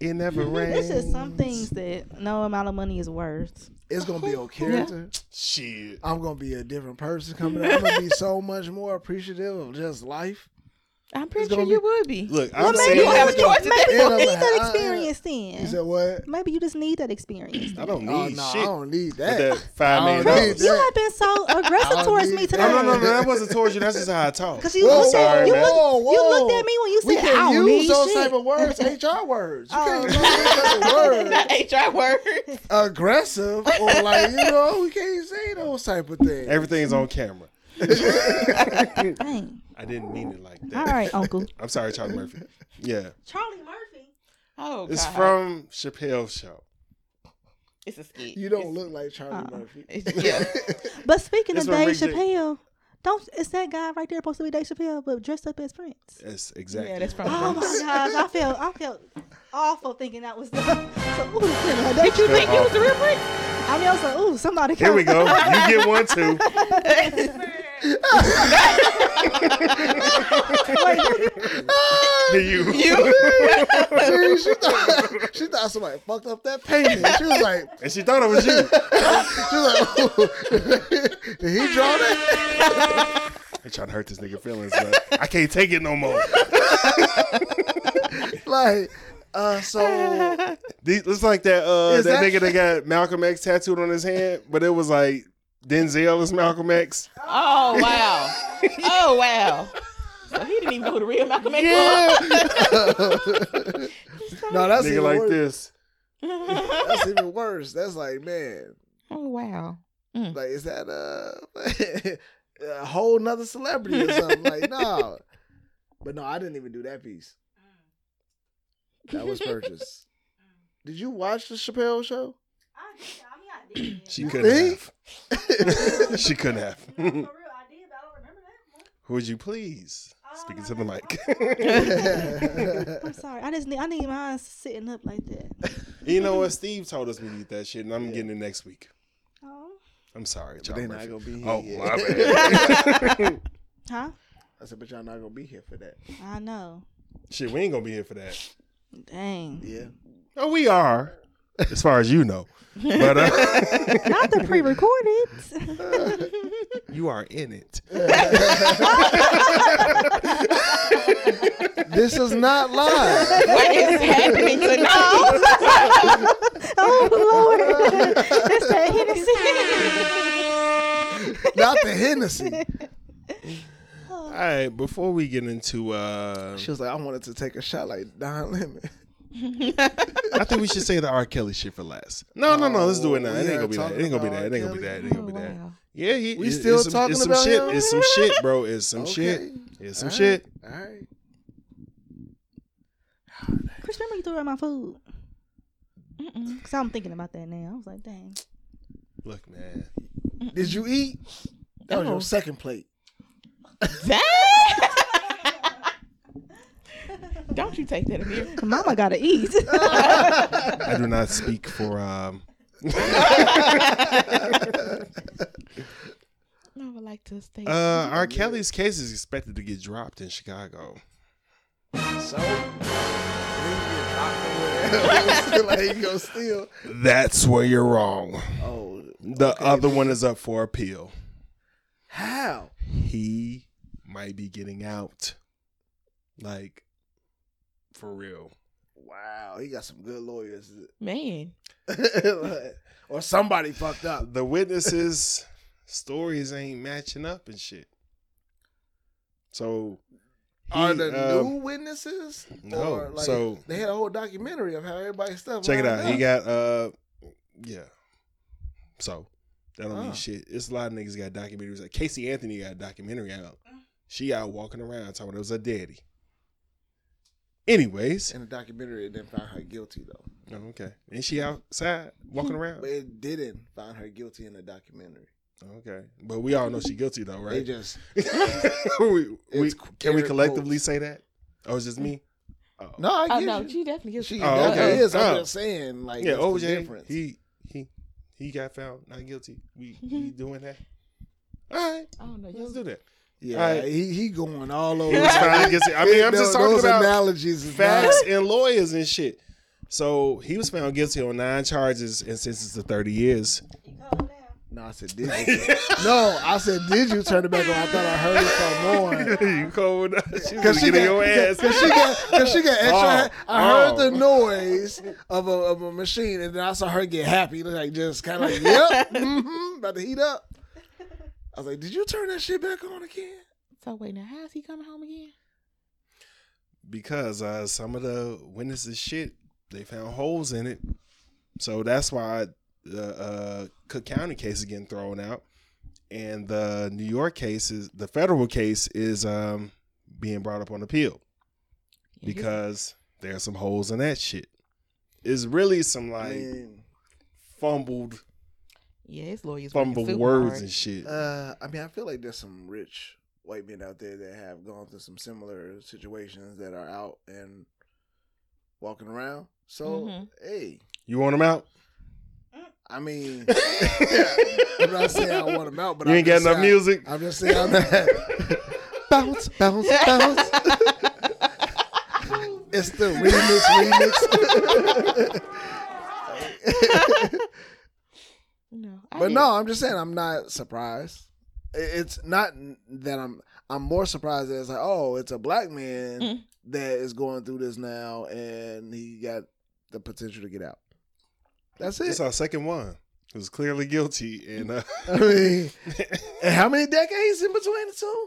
S3: it never rains.
S4: It's just some things that no amount of money is worth.
S1: It's gonna be a character.
S3: Shit.
S1: I'm gonna be a different person coming up. I'm gonna be so much more appreciative of just life.
S2: I'm pretty
S1: It's
S2: sure
S1: gonna
S2: you would be.
S3: Look,
S4: Well,
S3: I'm
S4: maybe
S3: saying
S2: you don't have a
S4: just-
S2: choice at that
S4: Maybe
S1: point.
S4: you need that
S1: Yeah, I'm like,
S4: experience
S1: You
S4: then.
S1: said what?
S4: Maybe you just need that experience.
S3: I don't need
S1: Oh no,
S3: shit.
S1: I don't need
S3: with
S1: that.
S3: that five
S1: I
S3: million
S1: don't need
S3: dollars.
S4: You have been so aggressive
S1: I
S4: towards
S1: need
S4: me
S1: that.
S4: today.
S3: No, no, no, no, that wasn't towards you. That's just how I talk.
S4: Cause you,
S1: Whoa,
S4: looked at,
S3: sorry,
S4: you,
S3: man.
S4: looked, you
S1: Whoa,
S4: looked at me when you
S1: we
S4: said, "I
S1: can't
S4: don't
S1: use
S4: need
S1: those
S4: shit."
S1: type of words. HR words. You
S4: Oh.
S1: can't use those type of
S2: Not
S1: words.
S2: HR word.
S1: Aggressive or like you know, we can't say those type of things.
S3: Everything's on camera.
S4: Dang.
S3: I didn't mean it like
S4: All
S3: that.
S4: right, Uncle
S3: I'm sorry, Charlie Murphy. Yeah.
S4: Charlie Murphy.
S2: Oh, God.
S3: It's from Chappelle's show.
S2: It's a skit.
S1: you don't
S2: It's-
S1: look like Charlie
S4: Uh-uh.
S1: Murphy.
S2: It's, yeah.
S4: But speaking
S3: That's
S4: of
S3: what
S4: Dave
S3: Rick did.
S4: Chappelle, don't it's that guy right there supposed to be Dave Chappelle, but dressed up as Prince.
S3: That's exactly.
S2: Yeah, that's from.
S4: Oh my gosh, I felt I felt awful thinking that was the. So, ooh,
S2: Did
S4: Oh,
S2: you think you was the real Prince?
S4: I mean, I was like, ooh, somebody.
S3: Here we go. You get one too. To you.
S1: She- she, thought, she thought somebody fucked up that painting. She was like,
S3: And she thought it was you.
S1: she was like, did he draw that?
S3: I'm trying to hurt this nigga feelings, but I can't take it no more.
S1: Like, uh, so
S3: These, it's like that uh,
S1: Is
S3: that,
S1: that-
S3: nigga that got Malcolm X tattooed on his hand, but it was like Denzel is Malcolm X.
S2: Oh wow. Oh wow. So he didn't even know who the real Malcolm X was.
S1: no, that's
S3: nigga
S1: even
S3: like
S1: worse.
S3: this.
S1: That's even worse. That's like, man,
S2: Oh wow.
S1: like is that a, a whole nother celebrity or something? like, no. But no, I didn't even do that piece. That was purchased. Did you watch the Chappelle show?
S3: She couldn't
S1: think?
S3: have. she couldn't have. Who would you please? Speaking to the mic.
S4: I'm sorry. I just need I need mine sitting up like that.
S3: you know what? Steve told us we need that shit, and I'm getting it next week.
S4: Oh,
S3: I'm sorry,
S1: But
S3: John
S1: they
S3: Murphy.
S1: not gonna be here.
S3: Oh,
S1: yet.
S3: my bad.
S4: huh?
S1: I said, but y'all not gonna be here for that.
S4: I know.
S3: shit, we ain't gonna be here for that.
S4: Dang.
S1: Yeah.
S3: Oh, we are, as far as you know. But uh,
S4: Not the pre-recorded.
S3: you are in it.
S1: This is not live.
S2: What is happening tonight?
S4: oh Lord, that's that Hennessy.
S1: not the Hennessy.
S3: All right, before we get into, uh,
S1: She was like, I wanted to take a shot like Don Lemon.
S3: I think we should say the R. Kelly shit for last. No, no, no, let's do it now. It
S1: We
S3: ain't
S1: are
S3: gonna be that. It ain't gonna be that. It ain't gonna
S1: talking
S3: be that.
S1: about
S3: It ain't gonna be that. Yeah, he,
S1: We
S3: it's-
S1: still
S3: it's some,
S1: talking
S3: it's some
S1: about
S3: shit.
S1: him?
S3: It's some shit, bro. It's some
S1: Okay.
S3: shit. It's some
S1: All right.
S3: shit.
S1: All right.
S4: Chris, remember you threw out my food? Cause I'm thinking about that now. I was like, dang.
S3: Look, man.
S1: Did you eat? That was your second plate.
S2: Dang. Don't you take that, Amir?
S4: Mama gotta eat.
S3: I do not speak for. um
S2: I would like to stay.
S3: uh R. Kelly's case is expected to get dropped in Chicago.
S1: So like you go steal.
S3: That's where you're wrong.
S1: Oh,
S3: The other one is up for appeal.
S1: how?
S3: He might be getting out. Like, for real.
S1: Wow, he got some good lawyers.
S2: Man.
S1: or somebody fucked up.
S3: The witnesses' stories ain't matching up and shit. So, he,
S1: Are the
S3: um,
S1: new witnesses?
S3: no,
S1: Or, like,
S3: so-
S1: they had a whole documentary of how everybody stuff.
S3: Check it
S1: lined
S3: out. He
S1: up.
S3: got uh yeah. So that don't mean
S1: Huh.
S3: shit. It's a lot of niggas got documentaries. Like Casey Anthony got a documentary out. She out walking around talking about it was her daddy. Anyways.
S1: in the documentary. It didn't find her guilty though.
S3: Oh, okay. And she outside walking around.
S1: But it didn't find her guilty in the documentary.
S3: Okay. But we all know she guilty though,
S1: They
S3: right?
S1: just
S3: we, we,
S1: It's
S3: can we
S1: air
S3: collectively
S1: quotes.
S3: say that? Oh, it's just me? Oh.
S1: no. I
S2: Oh
S1: get
S2: no,
S1: you.
S2: she definitely is.
S1: She
S3: Oh,
S1: oh,
S3: okay.
S1: is. I'm
S3: Oh.
S1: just saying, like,
S3: yeah,
S1: what's the
S3: OJ.
S1: difference?
S3: He he he got found not guilty. We we doing that. All right,
S2: I don't know.
S3: let's do that.
S1: Yeah,
S3: All right.
S1: he he going all over.
S3: It was fine. I guess it- I mean, I'm just
S1: Those-
S3: talking
S1: those
S3: about
S1: analogies. is
S3: facts and lawyers and shit. So he was found guilty on nine charges and sentenced to 30 years.
S1: Not, no, I said did you? no, I said did you turn it back on? I thought I heard it from Lauren.
S3: you cold? She was
S1: Cause she,
S3: getting
S1: got,
S3: your ass.
S1: cause she got, cause she got extra.
S3: Oh,
S1: I heard
S3: oh.
S1: the noise of a, of a machine, and then I saw her get happy, like just kind of like, yep, hmm about to heat up. I was like, did you turn that shit back on again?
S2: So wait, now how's he coming home again?
S3: because uh, some of the witnesses shit they found holes in it, so that's why the uh, Cook County case is getting thrown out, and the New York case is the federal case is um, being brought up on appeal
S2: Yeah, he's-
S3: because there's some holes in that shit. It's really some
S1: I
S3: like
S1: mean,
S3: fumbled
S2: yeah, his lawyers working
S3: fumbled
S2: super
S3: words
S2: hard.
S3: and shit.
S1: uh, I mean, I feel like there's some rich white men out there that have gone through some similar situations that are out and walking around. So,
S2: Mhm.
S1: hey,
S3: you want them out?
S1: I mean,
S3: you
S1: I'm not saying I want them out, but I'm
S3: ain't got
S1: just
S3: enough
S1: saying-
S3: music.
S1: I'm just saying I'm not- bounce, bounce, bounce. It's the remix, remix.
S2: no, I
S1: but
S2: did-
S1: no, I'm just saying I'm not surprised. I- It's not that I'm. I'm more surprised that it's like, oh, it's a black man
S2: Mm.
S1: that is going through this now, and he got the potential to get out. That's
S3: It's
S1: it.
S3: our second one. Who's clearly guilty and uh,
S1: I mean, and how many decades in between the two?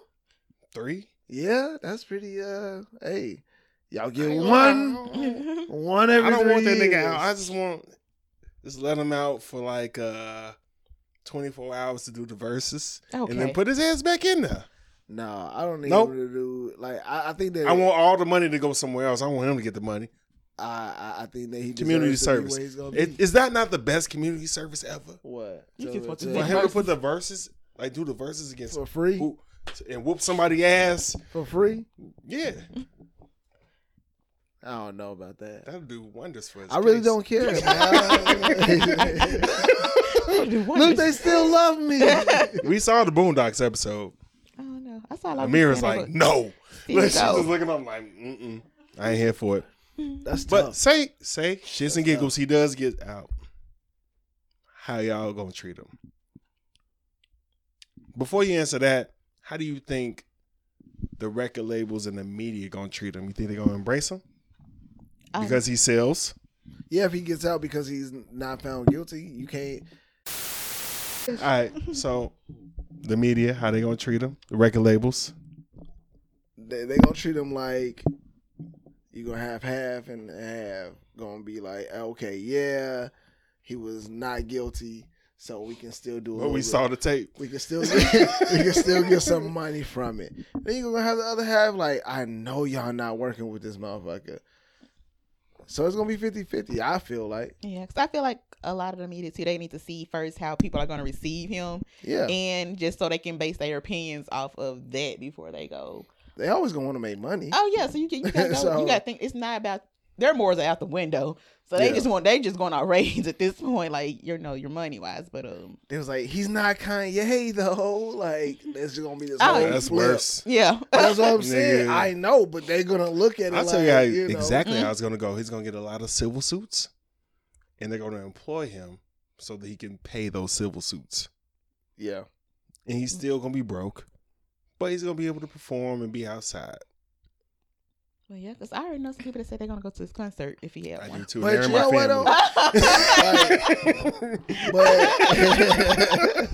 S3: three.
S1: Yeah, that's pretty. Uh, hey, y'all get one, one every.
S3: I don't want
S1: three
S3: that nigga
S1: years.
S3: out. I just want just let him out for like uh 24 hours to do the verses and then
S2: Okay.
S3: put his ass back in there.
S1: No, I don't need
S3: Nope.
S1: him to do like I, I think that
S3: I want all the money to go somewhere else. I want him to get the money.
S1: I, I, I think that he
S3: Community
S1: deserves to be
S3: service.
S1: where he's gonna be.
S3: Is, is that not the best community service ever?
S1: what
S2: You
S1: To-
S2: can fuck
S1: to-
S2: with
S3: For
S2: Yeah.
S3: him to put the verses, like do the verses against
S1: for free
S3: who, and whoop somebody ass.
S1: for free.
S3: Yeah,
S1: I don't know about that.
S3: that'll do wonders for his
S1: I really
S3: case.
S1: don't care. man. Look, they still love me.
S3: We saw the Boondocks episode.
S2: I don't know. I saw like
S3: Amira's like, no.
S2: Here you
S3: Like, she's
S2: go.
S3: just looking. I'm like, mm-mm. I ain't here for it.
S1: That's
S3: But
S1: tough.
S3: say, say, shits and giggles, he does get out. How y'all gonna treat him? Before you answer that, how do you think the record labels and the media gonna treat him? You think they're gonna embrace him
S1: Um,
S3: because he sells?
S1: Yeah, if he gets out because he's not found guilty, you can't.
S3: All right, so the media, how they gonna treat him? The record labels,
S1: They they gonna treat him like you gonna have half and half. Gonna be like, okay, yeah, he was not guilty, so we can still do. a
S3: but we
S1: little bit.
S3: saw the tape.
S1: we can still get, we can still get some money from it. Then you're gonna have the other half like, I know y'all not working with this motherfucker. So it's gonna be 50-50, I feel like.
S2: Yeah, because I feel like a lot of the media too, they need to see first how people are going to receive him,
S1: Yeah.
S2: and just so they can base their opinions off of that before they go.
S1: They always gonna wanna make money.
S2: Oh yeah, so you can you got
S1: So-
S2: you got to think it's not about their morals are out the window, so they
S1: Yeah.
S2: just want they just going to raise at this point, like you know your money wise, but um
S1: They was like, he's not Kanye though. Like it's just gonna be this.
S2: Oh,
S1: whole
S2: yeah.
S3: That's
S1: flip.
S3: worse.
S2: yeah,
S1: That's what I'm saying.
S3: Nigga.
S1: I know, but they're gonna look at it.
S3: I'll
S1: like,
S3: tell you, how,
S1: you know, Mm-hmm.
S3: exactly
S2: Mhm.
S3: how it's going to go. He's going to get a lot of civil suits, and they're going to employ him so that he can pay those civil suits.
S1: Yeah.
S3: And he's still going to be broke, but he's going to be able to perform and be outside.
S2: well, yeah, because I already know some people that said they're going to go to his concert if he had
S3: I do
S2: one.
S3: too.
S1: But
S3: They're in
S1: you
S3: my
S1: know what,
S3: family.
S1: though? But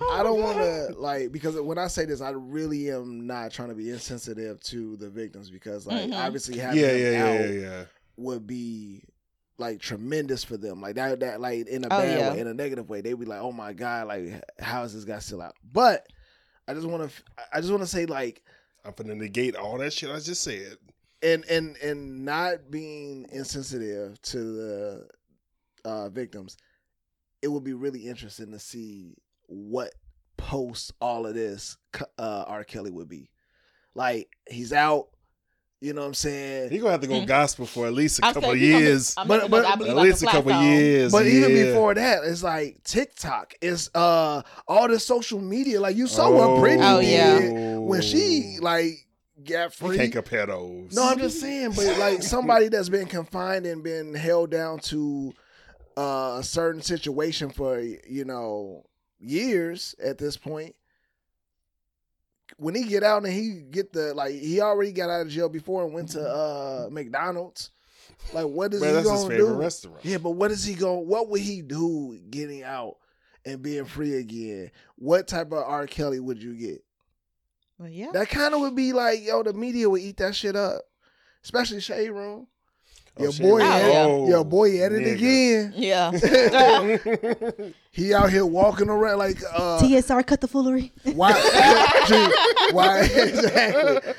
S2: Oh,
S1: I don't want to like because when I say this, I really am not trying to be insensitive to the victims because like
S2: Mhm.
S1: obviously
S3: yeah,
S1: having
S3: yeah,
S1: them
S3: yeah,
S1: out
S3: yeah, yeah.
S1: would be like tremendous for them. Like that, that like in a
S2: Oh,
S1: bad
S2: yeah.
S1: way, in a negative way, they'd be like, "Oh my god, like how is this guy still out?" But I just want to, I just want to say like,
S3: I'm going to negate all that shit I just said.
S1: and and and not being insensitive to the uh, victims, it would be really interesting to see what post all of this uh, R. Kelly would be. Like he's out. You know what I'm saying?
S3: You're gonna have to go gospel for at least a
S2: I'm
S3: couple
S2: saying
S3: of
S2: he gonna be-
S3: years.
S2: I'm
S1: But-
S2: looking
S1: but-
S2: up, I
S1: but
S2: believe
S3: At
S2: like a
S3: least a
S2: flat
S3: couple
S2: song.
S3: years.
S1: But even
S3: yeah.
S1: before that, it's like TikTok. It's uh all this social media. Like you saw what Britney
S2: Oh, yeah.
S1: did when she like got
S3: You
S1: free.
S3: Oh. can't compare those.
S1: No, I'm just saying, but like somebody that's been confined and been held down to uh, a certain situation for you know years at this point. When he get out and he get the like, he already got out of jail before and went to uh, McDonald's. Like, what is
S3: Man,
S1: he
S3: that's his
S1: gonna
S3: favorite
S1: do?
S3: restaurant.
S1: Yeah, but what is he going? What would he do getting out and being free again? What type of R. Kelly would you get?
S2: Well, yeah.
S1: That kind of would be like, yo, the media would eat that shit up, especially Shade Room.
S3: Oh,
S1: your
S3: shit.
S1: boy,
S2: Room.
S1: at,
S3: Oh,
S1: your boy at it
S3: nigga.
S1: again.
S2: Yeah.
S1: He out here walking around like, uh,
S4: TSR cut the foolery.
S1: why, Dude, why exactly?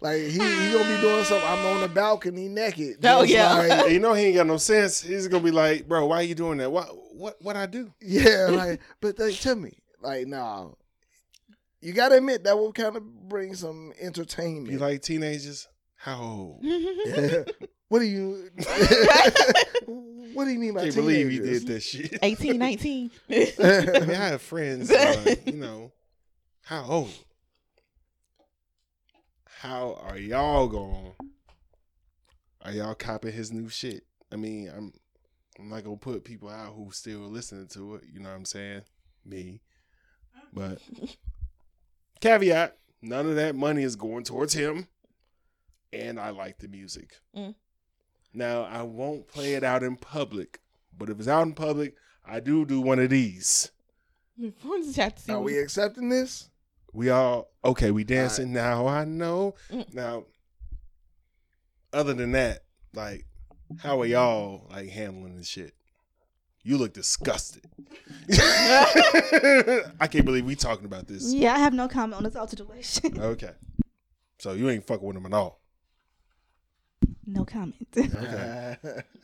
S1: Like he, he gonna be doing something. I'm on the balcony naked.
S2: Oh,
S1: Just
S2: yeah.
S1: like-
S3: you know he ain't got no sense. He's gonna be like, bro, why you doing that? What what what I do?
S1: yeah. Like, but like, tell me, like, no, you gotta admit that will kind of bring some entertainment.
S3: You like teenagers? How old?
S1: what do you? what do you mean by?
S3: can't believe you
S1: teenagers?
S3: did this shit.
S2: 18, 19.
S3: I mean, I have friends, but, you know, how old? How are y'all going? Are y'all copying his new shit? I mean, I'm I'm not gonna put people out who still listening to it. You know what I'm saying? Me, but caveat: none of that money is going towards him, and I like the music.
S2: Mm.
S3: Now I won't play it out in public, but if it's out in public, I do do one of these.
S2: Before this, I have to see
S1: Are
S2: what-
S1: we accepting this?
S3: We all okay. We dancing now. I know
S2: Mm.
S3: now. Other than that, like, how are y'all like handling this shit? You look disgusted. I can't believe we talking about this.
S4: Yeah, I have no comment on this alteration.
S3: Okay, so you ain't fucking with him at all.
S4: no comment.
S3: Okay.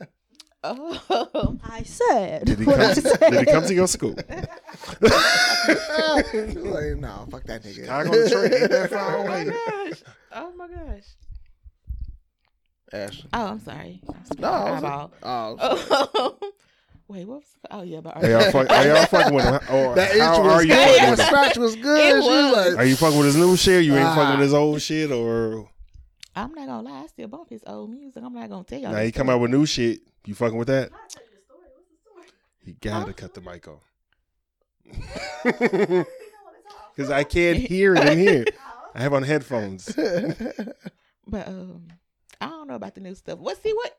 S2: Oh.
S4: I said.
S3: Did he
S4: what
S3: come?
S4: I said.
S3: did he come to your school?
S1: like, no, fuck that nigga.
S3: Chicago to Detroit ain't that far
S2: oh my
S3: away.
S2: gosh. Oh my gosh.
S1: Ashley.
S2: Oh, I'm sorry. I'm sorry.
S1: No, I was-
S2: Eyeball.
S1: Oh,
S2: Oh. Wait, what was Oh, yeah, but
S3: Are y'all, fuck, are y'all fucking with him? Or
S1: that itch
S3: how
S1: was
S3: are you?
S1: good.
S3: Fucking
S1: That
S3: with him?
S1: scratch was good.
S2: It
S1: She was
S2: was.
S1: like,
S3: Are you fucking with his new shit? You ain't fucking
S1: Ah.
S3: with his old shit, or
S2: I'm
S1: uh
S2: not gonna lie, I still bump his old music. I'm not gonna tell y'all.
S3: Now
S2: this
S3: he come
S2: story.
S3: out with new shit. You fucking with that? He gotta cut the mic off. Cause I can't hear it in here. I have on headphones.
S2: But um, I don't know about the new stuff. What see what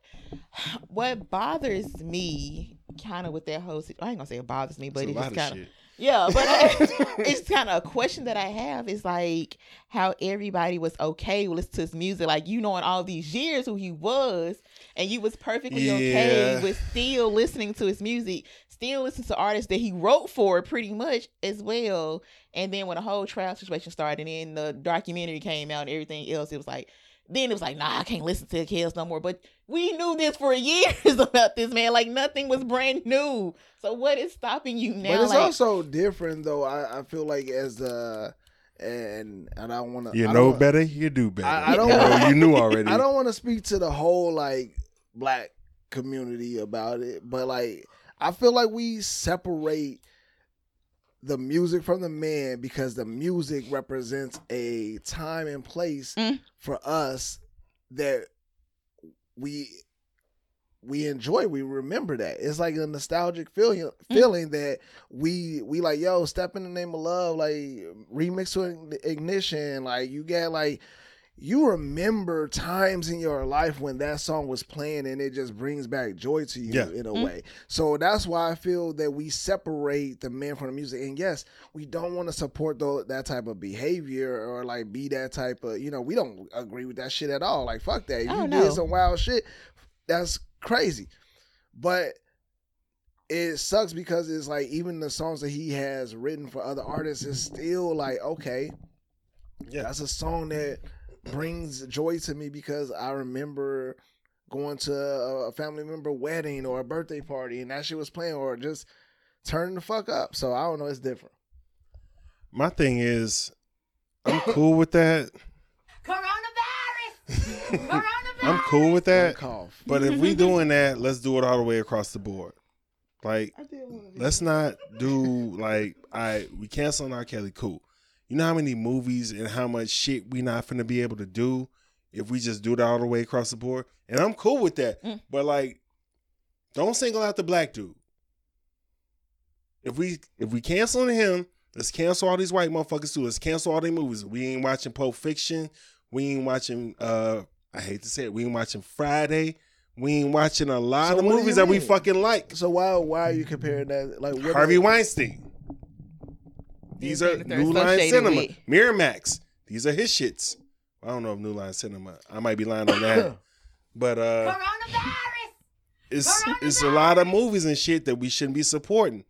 S2: what bothers me kind of with that whole situation. I ain't gonna say it bothers me, but
S3: It's a
S2: it
S3: lot
S2: just
S3: of
S2: kind
S3: shit.
S2: yeah. But I- it's kind of a question that I have is like how everybody was okay with listening to his music, like you knowing all these years who he was, and you was perfectly okay
S3: Yeah.
S2: with still listening to his music, still listening to artists that he wrote for, pretty much as well. And then when the whole trial situation started, and then the documentary came out and everything else, it was like, then it was like, nah, I can't listen to Kills no more. But we knew this for years about this man. Like nothing was brand new. So what is stopping you now?
S1: but it's
S2: like,
S1: also different though. I, I feel like as the and and I want to.
S3: You
S1: I
S3: know
S1: don't-
S3: better. You do better.
S1: I- I don't-
S3: Bro, you knew already.
S1: I don't want to speak to the whole like black community about it, but like I feel like we separate the music from the man because the music represents a time and place
S2: Mm.
S1: for us that we we enjoy we remember that it's like a nostalgic feeling feeling that we we like yo step in the name of love like remix to Ign- ignition like you get like you remember times in your life when that song was playing and it just brings back joy to you
S3: Yeah.
S1: in a
S2: Mm.
S1: way so that's why i feel that we separate the man from the music and yes we don't want to support though that type of behavior or like be that type of you know we don't agree with that shit at all like fuck that if
S2: Oh,
S1: you
S2: no.
S1: did some wild shit that's crazy but it sucks because it's like even the songs that he has written for other artists is still like okay
S3: Yeah.
S1: that's a song that brings joy to me because i remember going to a a family member wedding or a birthday party and that shit was playing or just turning the fuck up so i don't know it's different
S3: My thing is, I'm cool with that.
S6: Coronavirus!
S3: I'm cool with that.
S1: cough.
S3: But if we doing that, let's do it all the way across the board. Like,
S1: I did want to.
S3: let's not do like I we canceling R. Kelly. Cool. You know how many movies and how much shit we not finna be able to do if we just do it all the way across the board. And I'm cool with that.
S2: Mm.
S3: But like, don't single out the black dude. If we if we canceling him, let's cancel all these white motherfuckers too. Let's cancel all their movies. We ain't watching Pulp Fiction. We ain't watching. uh I hate to say it. We ain't watching Friday. We ain't watching a lot
S1: So
S3: of
S1: what do you
S3: movies that we
S1: mean?
S3: fucking like.
S1: So why why are you comparing that? Like what
S3: Harvey Weinstein. These are
S2: Anything that they're
S3: New Line
S2: associated
S3: Cinema.
S2: with.
S3: Miramax. These are his shits. I don't know if New Line Cinema. I might be lying on that. but uh It's it's a lot of movies and shit that we shouldn't be supporting.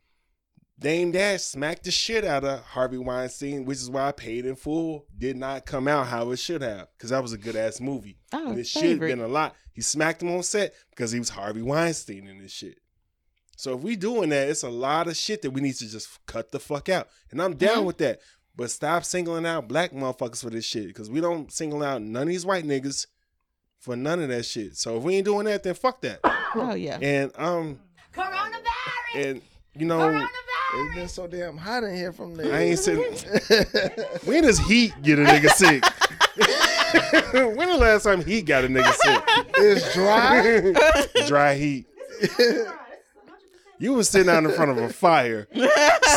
S3: Dame Dash smacked the shit out of Harvey Weinstein, which is why Paid in Full did not come out how it should have, because that was a good ass movie.
S2: Oh,
S3: and it should have
S2: favorite.
S3: been a lot. He smacked him on set because he was Harvey Weinstein in this shit. So if we doing that, it's a lot of shit that we need to just cut the fuck out. And I'm
S2: Mm-hmm.
S3: down with that. But stop singling out black motherfuckers for this shit. Cause we don't single out none of these white niggas for none of that shit. So if we ain't doing that, then fuck that.
S2: Oh yeah.
S3: And um Coronavirus and you know
S1: It's been so damn hot in here from there.
S3: I ain't said when does heat get a nigga sick? when the last time he got a nigga sick?
S1: it's dry.
S3: Dry heat. You was sitting out in front of a fire,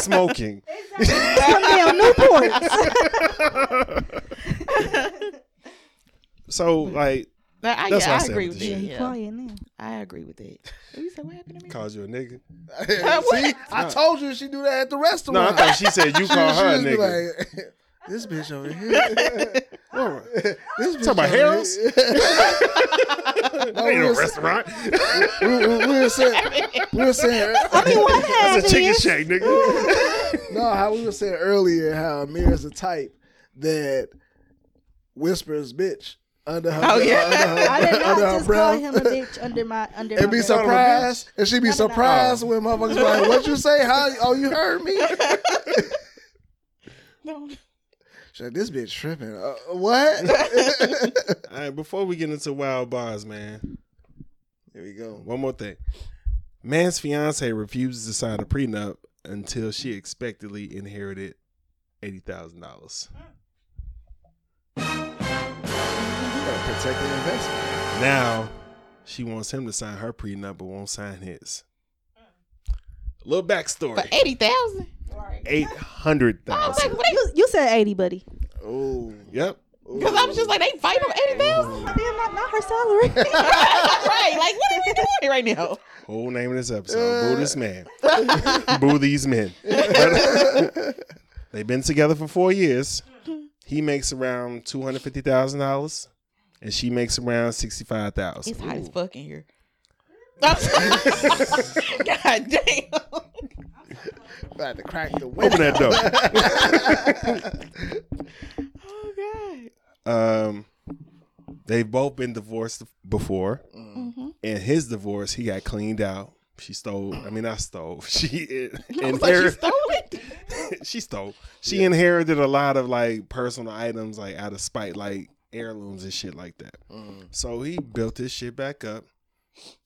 S3: smoking.
S4: Come down Newport.
S3: So like,
S2: But I,
S3: That's
S2: yeah,
S3: what I
S2: I,
S3: said
S2: agree
S3: with
S2: with
S3: the
S2: that.
S3: shit.
S4: He
S2: Yeah.
S4: quiet now.
S2: I agree with that. You said what happened to me?
S3: called you a nigga.
S1: See, I told you she do that at the
S3: No, I
S1: restaurant.
S3: thought she said you called her a
S1: She just be
S3: nigga.
S1: like, this bitch over here. this bitch
S3: Talking about
S1: over
S3: Harold's?
S1: here."
S3: That ain't no
S1: was-
S3: restaurant.
S1: we, we, we were saying, we were saying,
S4: I mean, what half
S3: That's a chicken
S4: is?
S3: shack, nigga.
S1: no, how we were saying earlier, how Amir is a type that whispers bitch under her,
S2: Oh, yeah.
S1: under her,
S4: I did not
S1: under her
S4: just
S1: breath.
S4: call him a bitch under my under. my
S1: And be
S4: breath.
S1: surprised, and she be
S4: no, no.
S1: surprised when motherfuckers be like, "What you say? How? Oh, you heard me?"
S2: No.
S1: She like, this bitch tripping. Uh, what?
S3: All right, before we get into wild bars, man,
S1: Here we go.
S3: one more thing. Man's fiance refuses to sign a prenup until she expectedly inherited eighty thousand dollars.
S1: Gotta protect the investment.
S3: Now she wants him to sign her prenup, but won't sign his. little
S2: For
S3: backstory:
S2: eighty thousand.
S3: eight hundred
S2: I was like,
S3: thousand.
S2: what?
S4: You, you said eighty, buddy.
S1: Oh,
S3: Yep.
S2: Because I was just like, they fight for eighty thousand.
S4: Damn, not, not her salary.
S2: right? Like, what are we doing right now?
S3: Whole name of this episode: Boo this man, Boo these men. They've been together for four years. He makes around two hundred fifty thousand dollars, and she makes around sixty five thousand.
S2: It's hot as fuck in here. God damn.
S1: about to crack the window.
S3: Open that door.
S2: Oh god.
S3: Um, they've both been divorced before.
S2: Mhm.
S3: In his divorce, he got cleaned out. She stole. I mean, I stole. She
S2: I was like, she
S3: inherited.
S2: stole it.
S3: she stole. She inherited a lot of like personal items, like out of spite, like heirlooms and shit like that. So he built his shit back up.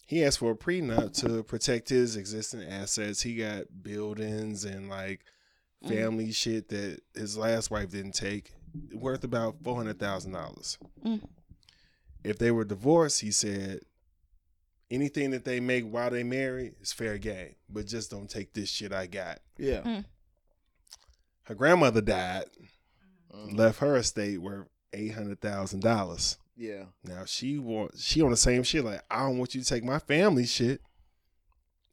S3: He asked for a prenup to protect his existing assets. He got buildings and like family shit that his last wife didn't take, worth about four hundred thousand dollars.
S2: Mm.
S3: If they were divorced, he said, anything that they make while they marry is fair game, but just don't take this shit I got
S1: Yeah.
S3: her grandmother died,
S1: Mm-hmm.
S3: left her estate worth eight hundred thousand dollars.
S1: Yeah.
S3: Now she want she on the same shit. Like I don't want you to take my family shit.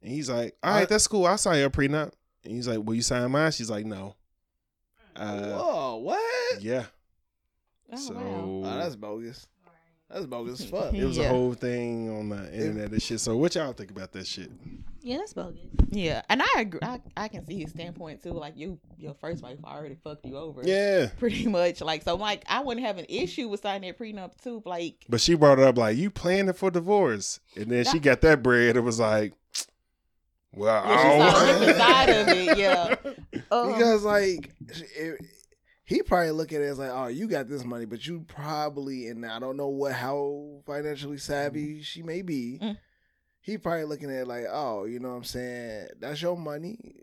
S3: And he's like, all right,
S1: I-
S3: that's cool. I sign your prenup. And he's like, will you sign mine? She's like, no. Uh,
S1: Whoa, what?
S3: yeah.
S2: Oh,
S3: so
S2: wow.
S1: Oh, that's bogus. That's bogus as fuck.
S3: it was
S2: Yeah.
S3: a whole thing on the internet and shit. So what y'all think about that shit?
S4: yeah, that's bogus.
S2: Yeah, and I agree. I, I can see his standpoint too. Like you, your first wife already fucked you over.
S3: Yeah.
S2: Pretty much, like so. Like I wouldn't have an issue with signing that prenup too. Like
S3: But she brought it up like you planning for divorce, and then she got that bread. It was like, well,
S2: yeah, she saw a
S3: I don't
S2: different side of it. Yeah, um,
S1: Because like, it, He probably look at it as like, oh, you got this money, but you probably, and I don't know what how financially savvy she may be.
S2: Mm.
S1: He probably looking at it like, oh, you know what I'm saying? That's your money.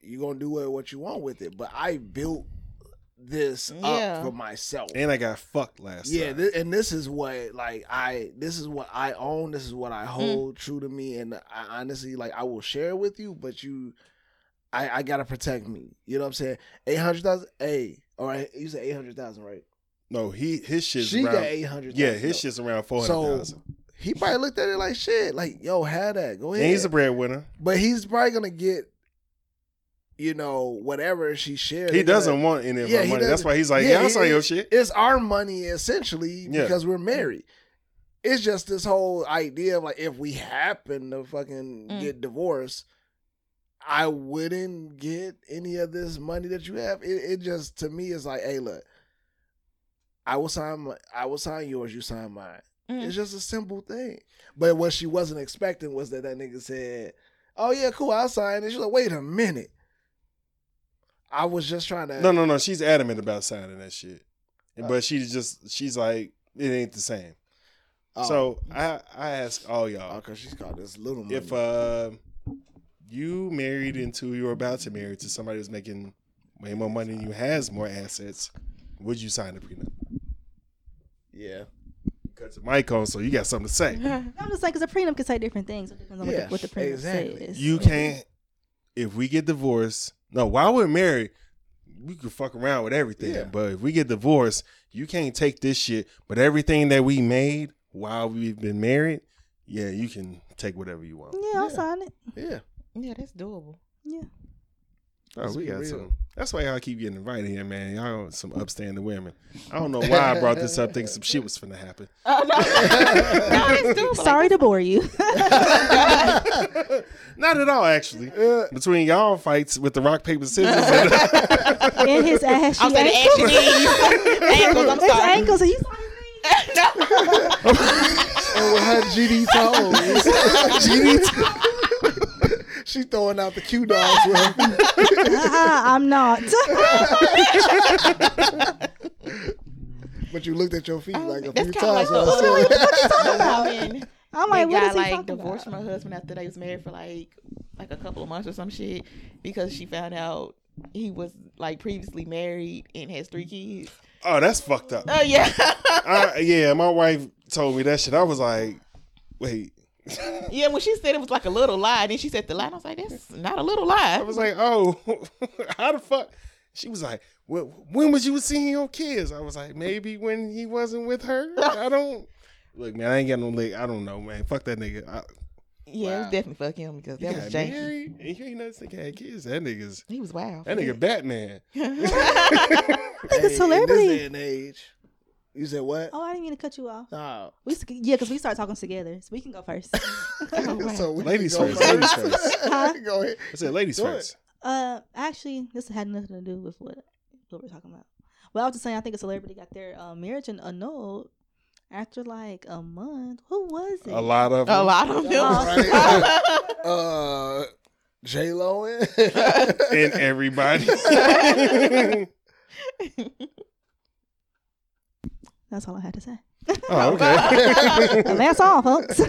S1: You gonna do what, what you want with it. But I built this
S2: Yeah.
S1: up for myself.
S3: And I got fucked last
S1: Yeah,
S3: time.
S1: thi- and this is what like I this is what I own. This is what I hold true to me, and I honestly like I will share it with you, but you, I I gotta protect me. You know what I'm saying? Eight hundred thousand. Hey, all right, you said eight hundred thousand, right?
S3: no, he his shit's
S1: she got
S3: around.
S1: eight hundred.
S3: Yeah, his shit's around four hundred
S1: So
S3: thousand.
S1: he probably looked at it like shit. Like yo, have that. Go ahead.
S3: and he's a breadwinner.
S1: but he's probably gonna get, you know, whatever she shares.
S3: He
S1: They're gonna-
S3: doesn't want any of
S1: Yeah,
S3: her
S1: he
S3: money. That's
S1: doesn't-
S3: why he's like,
S1: Yeah,
S3: yeah, I
S1: he-
S3: saw your shit.
S1: it's our money essentially
S3: Yeah.
S1: because we're married. It's just this whole idea of like if we happen to fucking
S2: Mm.
S1: get divorced, I wouldn't get any of this money that you have. It, it just to me is like, hey, look, I will sign, my, I will sign yours, you sign mine.
S2: Mm.
S1: It's just a simple thing. But what she wasn't expecting was that that nigga said, "Oh yeah, cool, I'll sign." And she's like, "Wait a minute." I was just trying to
S3: No, no, no. She's adamant about signing that shit,
S1: Uh.
S3: but she's just she's like, it ain't the same.
S1: Oh.
S3: So I I ask all y'all
S1: Oh, cause she's called this little money.
S3: if uh, you married into you're about to marry to somebody who's making way more money than you has more assets, would you sign the prenup?
S1: yeah,
S3: Because the mic on, so you got something to say.
S4: I'm just saying, because a prenup can say different things. It depends on
S1: Yeah,
S4: what, the, what the prenup
S1: exactly.
S4: says.
S3: You can't. If we get divorced, no. While we're married, we could fuck around with everything.
S1: Yeah.
S3: But if we get divorced, you can't take this shit. But everything that we made while we've been married, yeah, you can take whatever you want.
S4: Yeah, I'll
S1: Yeah.
S4: sign it.
S1: yeah.
S2: Yeah, that's doable.
S4: Yeah.
S3: Oh, we
S1: be
S3: got
S1: real.
S3: some. That's why y'all keep getting invited here, man. Y'all are some upstanding women. I don't know why I brought this up thinking some shit was finna happen.
S2: Oh no, no, it's doable.
S4: Sorry to bore you.
S3: Not at all, actually. Between y'all fights with the rock, paper, scissors, and
S4: and his ass.
S2: I'm
S4: she
S2: saying ass
S4: ankles.
S2: your knees, ankles. I'm
S4: His
S2: sorry.
S4: ankles. He's
S2: no.
S1: And with her GD toes, GD toes. she throwing out the Q dogs with her feet.
S4: uh-uh, I'm not.
S1: But you looked at your feet like a
S2: That's
S1: few
S2: kind of like
S1: times.
S2: the,
S1: when I saw it.
S2: uh, the woman They
S4: I'm like, what
S2: got
S4: is he
S2: like
S4: talking
S2: divorced
S4: about?
S2: from her husband after they was married for like like a couple of months or some shit because she found out he was like previously married and has three kids.
S3: oh, that's fucked up.
S2: Oh yeah,
S3: I, yeah, my wife told me that shit. I was like, wait.
S2: yeah. When she said it was like a little lie, then she said the lie. And I was like, that's not a little lie.
S3: I was like, oh, how the fuck? She was like, when, when was you seeing your kids? I was like, maybe when he wasn't with her. I don't. Look, man, I ain't got no leg. I don't know, man. Fuck that nigga. I,
S2: yeah, it was definitely fuck him because
S3: you
S2: that was
S3: got
S2: janky.
S3: married and you ain't nothing nigga had kids. That nigga's
S2: He was wild.
S3: that nigga Batman.
S4: I think it's
S1: Hey, in
S4: celebrity.
S1: this day and age. You said what?
S4: Oh, I didn't mean to cut you off.
S1: Nah.
S4: We s- yeah, because we started talking together, so we can go first.
S1: So we
S3: Ladies
S1: can go
S3: first, ladies
S1: go ahead.
S3: I said, ladies
S1: Do it.
S3: first.
S4: uh, actually, this had nothing to do with what what we're talking about. Well, I was just saying, I think a celebrity got their uh, marriage and annulled after like a month. Who was it?
S3: A lot of
S2: a
S3: them.
S2: lot of them.
S1: Right. Uh, J Lo and
S3: and everybody.
S4: That's all I had to say.
S3: oh, okay.
S4: and that's all, folks.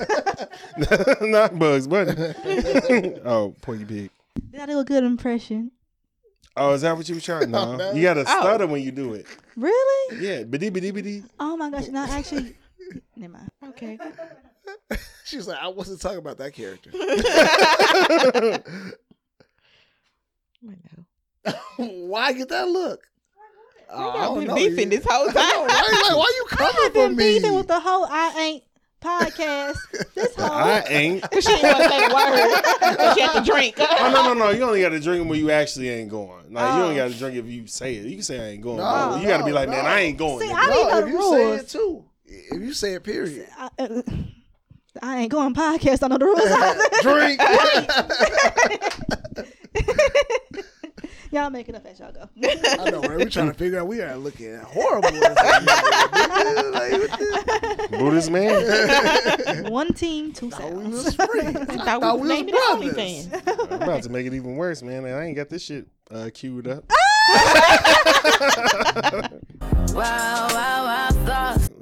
S3: Not Bugs Bunny. oh, Porky Pig.
S4: Did I do a good impression?
S3: Oh, is that what you were trying? No,
S1: man.
S3: you gotta stutter when you do it.
S4: Really?
S3: Yeah, biddy biddy biddy.
S4: Oh my gosh! Not actually. Never mind.
S2: okay.
S1: she's like, I wasn't talking about that character.
S2: I'm like, no.
S1: Why get that look? Oh, I
S2: I've
S1: don't
S2: been
S1: know.
S2: beefing
S1: You-
S2: this whole
S1: know,
S2: time.
S1: right? Like, why you coming
S4: I've
S1: for
S4: been
S1: me?
S4: beefing with the whole "I ain't" podcast. This whole
S3: I ain't.
S2: Cause she didn't want to say the word. But she had to drink.
S3: Oh no no no! You only got to drink it when you actually ain't going. Like you
S4: Oh.
S3: only got to drink if you say it. You can say I ain't going.
S1: No,
S3: but you got to be
S1: no,
S3: like, man,
S1: no.
S3: I ain't going.
S4: See,
S3: nigga."
S4: I didn't know
S1: no,
S4: the
S1: if you say
S4: rules.
S1: it too, if you say it, period.
S4: I, uh, I ain't going podcast. I know the rules. either.
S1: Drink.
S4: y'all make it up as y'all go.
S1: I know, right? We're trying to figure out. We are looking horrible. as hell. like, what the-
S3: Buddhist man.
S4: One team, two
S1: thought we
S4: sounds.
S1: was friends. I
S2: thought we was naming the
S1: brothers.
S2: OnlyFans.
S3: I'm about to make it even worse, man. And I ain't got this shit uh, queued up.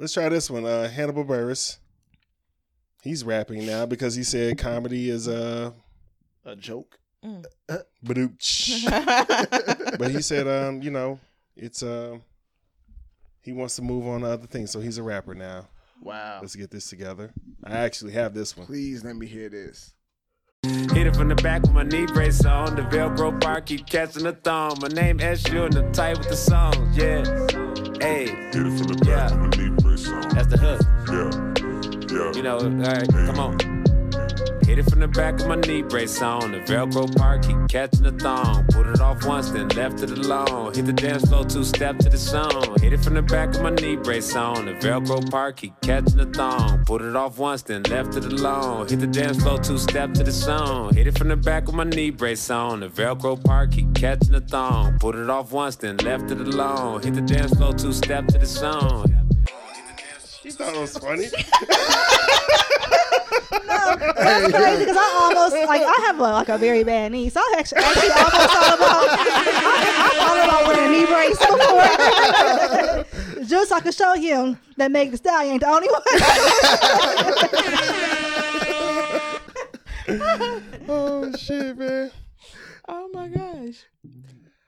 S3: Let's try this one. Uh, Hannibal Burris. He's rapping now because he said comedy is uh,
S1: A joke.
S3: badooch. but he said, um, you know, it's uh, he wants to move on to other things, so he's a rapper now.
S1: Wow.
S3: Let's get this together. I actually have this one.
S1: Please let me hear this.
S6: Hit it from the back with my knee brace on. The Velcro bar keep catching the thumb. My name SU and I'm tight with the song. Yeah. Hey.
S7: Hit it from the back
S6: Yeah.
S7: of the knee brace on.
S6: That's the hook.
S7: Yeah, yeah.
S6: You know, all right, come on. Hit it from the back of my knee brace on. The Velcro part, keep catching the thong. Put it off once, then left it alone. Hit the dance floor, two step to the song. Hit it from the back of my knee brace on. The Velcro part, keep catching the thong. Put it off once, then left it alone. Hit the dance floor, two step to the song. Hit it from the back of my knee brace on. The Velcro part, keep catching the thong. Put it off once, then left it alone. Hit the dance floor, two step to the song.
S3: She thought it was funny.
S4: That's crazy because I almost like I have a, like a very bad knee, so I actually, actually almost thought about I, I thought about wearing a knee brace before, just so I could show him that Meg the Stallion ain't the only one.
S3: oh shit, man.
S2: oh my gosh.
S3: Uh,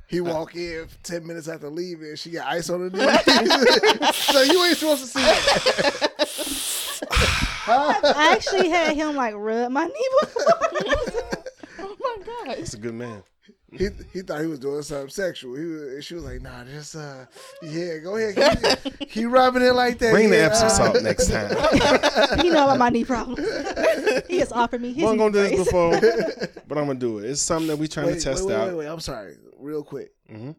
S1: He walk in ten minutes after leaving. and She got ice on her knees. so you ain't supposed to see it.
S4: I actually had him like rub my knee before.
S2: Oh my gosh.
S3: That's a good man.
S1: He he thought he was doing something sexual. He was, and she was like, "Nah, just uh, yeah, go ahead, keep, keep rubbing it like that."
S3: Bring the
S1: yeah,
S3: Epsom
S1: uh,
S3: salt next time.
S4: you know about my knee problems. he just offered me his.
S3: I wasn't gonna do
S4: knee
S3: this
S4: brace.
S3: before, but I'm gonna do it. It's something that we trying
S1: Wait,
S3: to test
S1: wait, wait,
S3: out.
S1: wait, wait, I'm sorry, real quick.
S3: Mhm.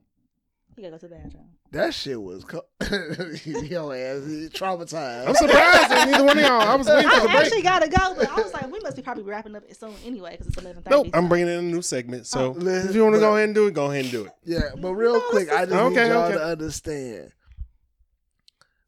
S4: You gotta go to the bathroom.
S1: That shit was co- yo ass he traumatized.
S3: I'm surprised that neither one of y'all. I was waiting for the
S4: I
S3: break.
S4: actually gotta go, but I was like, we must be probably wrapping up soon anyway because it's eleven thirty.
S3: Nope, I'm bringing in a new segment. So
S1: Oh.
S3: if you want to go ahead and do it, go ahead and do it.
S1: yeah, but real quick, I just
S3: Okay,
S1: need y'all
S3: okay.
S1: to understand.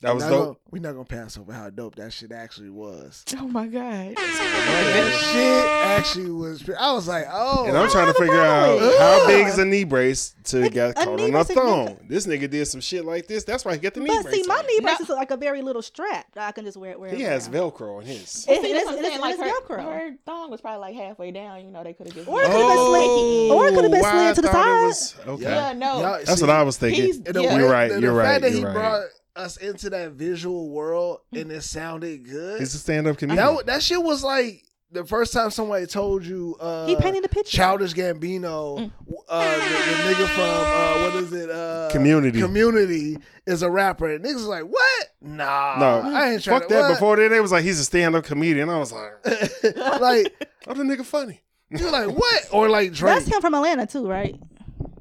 S3: That was
S1: Not
S3: dope.
S1: gonna- we're not gonna pass over how dope that shit actually was.
S2: Oh my god.
S1: That shit actually was. pre- I was like, oh,
S3: And I'm trying to figure out
S4: with it.
S3: how big is a knee brace to get
S4: a
S3: caught
S4: knee
S3: on a
S4: brace is not-
S3: thumb. This nigga did some shit like this. That's why he got the knee
S4: But
S3: brace.
S4: see, my
S3: on.
S4: knee brace is like a very little strap that I can just wear it wherever.
S3: He has
S4: I-
S3: Velcro on his.
S4: It,
S2: See,
S4: it
S2: that's
S4: is,
S2: what I'm
S4: it is,
S2: saying,
S4: it is
S2: like, her,
S4: Velcro.
S2: her thong was probably like halfway down. You know, they could have just.
S4: Or it could have been slid. Or it could have been slid to the
S3: thought it
S4: side.
S3: was- okay.
S2: yeah, no.
S1: Y'all-
S3: That's
S1: see,
S3: what I was
S2: He's
S3: thinking.
S1: and the
S2: yeah.
S1: way-
S3: You're right,
S1: The, the
S3: you're right,
S1: fact that
S3: you're
S1: he
S3: right.
S1: brought us into that visual world and it sounded good.
S3: He's a stand up comedian.
S1: that, that shit was like the first time somebody told you. Uh,
S4: He painted a picture.
S1: Childish
S2: Mm.
S1: Gambino, uh, the, the nigga from uh, what is it? Uh,
S3: Community.
S1: Community is a rapper, and niggas was like, what? Nah,
S3: no,
S1: I ain't trying
S3: fuck
S1: to,
S3: that.
S1: what?
S3: Before then, they was like, he's a stand up comedian. I was like,
S1: like
S3: oh, the nigga funny.
S1: you're like what? Or like Drake?
S4: That's him from Atlanta too, right?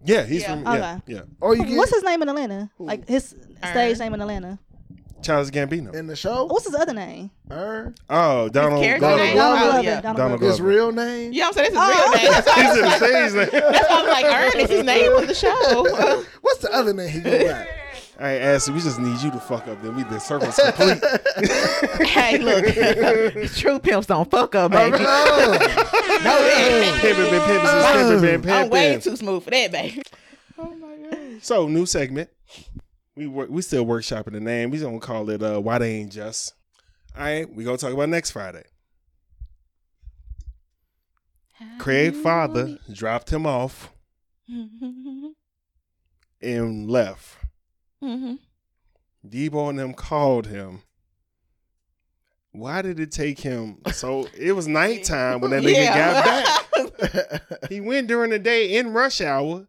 S3: Yeah, he's
S2: Yeah.
S3: from yeah,
S4: Okay.
S3: yeah.
S1: or you get
S4: What's his name in Atlanta? Like his
S2: Earn.
S4: stage name in Atlanta.
S3: Charles Gambino.
S1: in the show?
S4: What's his other name?
S1: Her?
S3: oh, Donald.
S2: character
S3: Donald
S2: name?
S3: Glover.
S4: Donald
S2: Oh,
S4: Glover.
S2: yeah.
S4: Donald
S3: Donald
S4: Glover.
S1: His
S3: Glover.
S1: real name?
S2: You know what I'm saying? This is real name. That's why,
S3: He's in the stage name.
S2: that's why I was Oh. like, Ern is his name on the show.
S1: What's the other name he go by?
S3: All right, Ashley, we just need you to fuck up. Then we the circle's complete.
S2: hey, look. True pimps don't fuck up, baby.
S1: Oh,
S2: No, it ain't.
S3: pimpin', been pimpin', since pimpin', been
S2: I'm way
S3: pimpin'.
S2: too smooth for that, baby.
S3: So new segment. We work. We still workshopping the name. We gonna call it uh, "Why They Ain't Just." All right, we gonna talk about next Friday. Craig father dropped him off and left. Debo and them called him. Why did it take him? So it was nighttime when that nigga got back. He went during the day in rush hour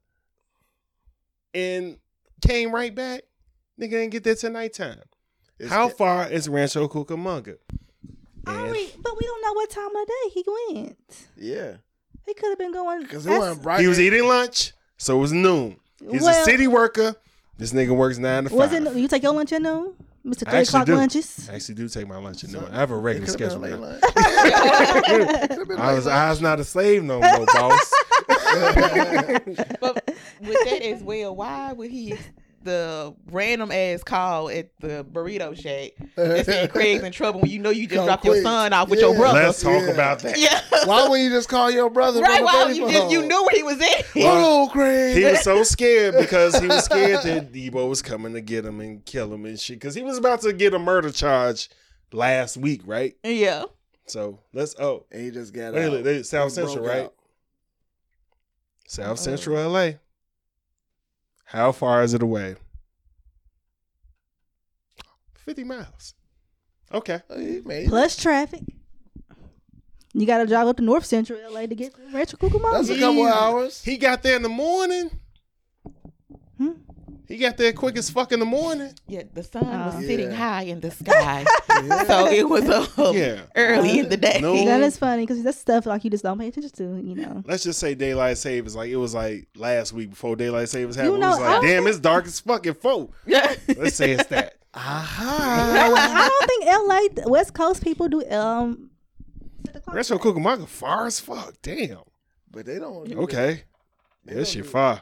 S3: and came right back. Nigga didn't get there till nighttime. How far is Rancho Cucamonga?
S4: I
S3: And-
S4: already- Oh, but we don't know what time of day he went.
S1: yeah,
S4: He could have been going.
S1: because it wasn't
S4: that's-
S1: bright.
S3: he was eating lunch, so it was noon. He's a
S4: Well-
S3: city worker. This nigga works nine to five.
S4: Was it? You take your lunch at noon, Mister
S3: I
S4: Three
S3: actually
S4: O'clock
S3: do.
S4: lunches.
S3: I actually do take my lunch at noon. I have a regular schedule. now. I
S1: I
S3: was I was not a slave no more, boss.
S2: But with that as well, why would he the random ass call at the burrito shack that said Craig's in trouble when you know you just
S1: Come
S2: dropped your
S1: quick.
S2: son off with
S1: Yeah.
S2: your brother.
S3: Let's talk
S1: Yeah.
S3: about that.
S2: yeah.
S1: Why wouldn't you just call your brother?
S2: right.
S1: from the
S2: Why you
S1: telephone?
S2: just you knew where he was at.
S1: Hold on, Craig.
S3: He was so scared because he was scared that Debo was coming to get him and kill him and shit. Because he was about to get a murder charge last week, right?
S2: yeah.
S3: So let's. Oh,
S1: and he just got
S3: wait,
S1: out.
S3: look, they- South
S1: He
S3: Central,
S1: broke
S3: right?
S1: out.
S3: South Central LA. How far is it away? 50 miles. Okay.
S1: Oh, he made it.
S4: Plus traffic. You got to drive up to North Central LA to get to Rancho
S1: That's
S4: Cucamonga.
S1: a couple hours.
S3: He got there in the morning.
S4: Hmm?
S3: He got there quick as fuck in the morning.
S2: Yeah. The sun was
S4: Oh.
S2: sitting
S1: Yeah.
S2: high in the sky, so it was up
S3: Yeah.
S2: early in the day.
S3: No.
S4: That is funny because that's stuff like you just don't pay attention to, you know.
S3: Let's just say daylight savings. Like it was like last week before daylight savings happened.
S4: You
S3: it was
S4: know,
S3: like,
S4: I-
S3: damn, it's dark as fuck at four.
S2: Yeah.
S3: Let's say it's that.
S1: Aha.
S4: I don't- I don't think LA West Coast people do um
S3: Retro Cucamonga far as fuck. Damn.
S1: But they don't. do that.
S3: Okay.
S1: They
S3: That
S1: don't
S3: shit
S1: do-
S3: far.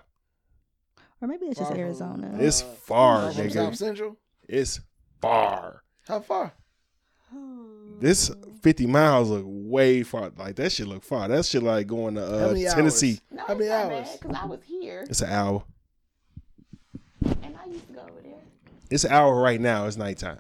S4: or maybe it's just
S1: Far from-
S4: Arizona.
S3: It's
S1: Uh,
S3: far,
S1: From South
S3: nigga.
S1: Central.
S3: It's far.
S1: How far?
S3: This 50 miles look way far. Like that shit look far. That shit like going to
S1: How
S3: uh,
S1: many
S3: Tennessee.
S2: No,
S1: How many hours?
S2: Because I was here
S3: It's an hour.
S2: and I used to go over there.
S3: It's an hour right now. It's nighttime.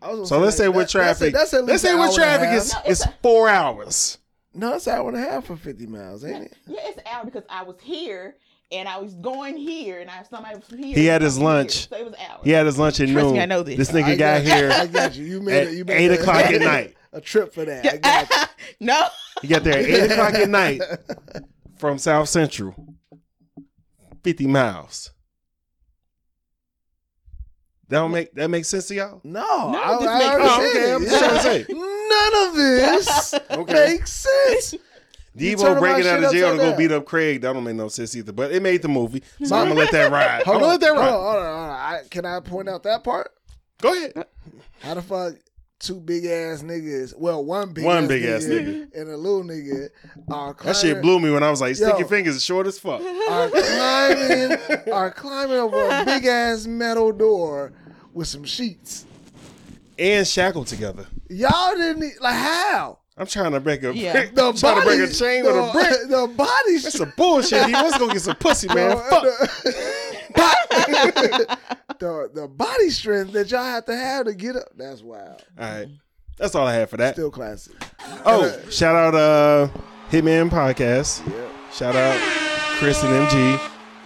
S1: I was gonna
S3: So let's
S1: like,
S3: say with
S1: that- that's a-
S3: traffic.
S1: That's at
S3: Let's
S1: least
S3: say
S1: an
S3: with
S1: hour and a
S3: traffic
S1: half.
S3: it's
S2: No, it's
S3: it's four hours.
S1: no, it's an hour and a half for fifty miles, ain't it?
S2: Yeah, it's an hour because I was here and I was going here and I somebody was here.
S3: He had his
S2: Here.
S3: lunch.
S2: So it was an hour.
S3: He had his lunch at
S2: Trust
S3: noon.
S2: me, I know this.
S3: This nigga
S1: I
S3: got,
S1: got
S3: here
S1: I got you. You made
S3: at
S1: it. You made
S3: eight
S1: a-
S3: o'clock at night.
S1: A trip for that. I got you.
S2: no.
S3: He got there at eight o'clock at night from South Central. Fifty miles. That don't make that make sense to y'all?
S1: No,
S2: No,
S1: I,
S2: this
S1: I
S2: makes
S1: already
S3: sense.
S1: said
S3: Oh, okay, I'm
S1: it.
S3: just trying to say.
S1: None of this
S3: Okay.
S1: makes sense. You
S3: Debo
S1: turning
S3: breaking
S1: my
S3: out
S1: shit
S3: of jail to
S1: upside
S3: go
S1: down.
S3: beat up Craig. That don't make no sense either. But it made the movie. So I'm gonna let that ride. I'm
S1: Hold
S3: gonna
S1: on,
S3: let that
S1: hold on,
S3: ride.
S1: hold on, hold on. I, can I point out that part?
S3: Go ahead.
S1: How the fuck two big ass niggas? Well, one big
S3: One
S1: ass
S3: big ass
S1: nigga and a little nigga are climbing,
S3: That shit blew me when I was like, stick
S1: Yo.
S3: your fingers as short as fuck.
S1: are climbing are climbing over a big ass metal door with some sheets.
S3: And shackled together.
S1: Y'all didn't e- like how
S3: I'm trying to break a
S2: Yeah.
S3: brick. I'm trying to break a
S1: bodies-
S3: chain
S1: the,
S3: with a brick.
S1: The body
S3: That's some bullshit. He was gonna get some pussy, man. Fuck.
S1: the the body strength that y'all have to have to get up. That's wild.
S3: All right. That's all I had for that.
S1: Still classic.
S3: Oh, shout out uh Hitman Podcast. Shout out Chris and MG.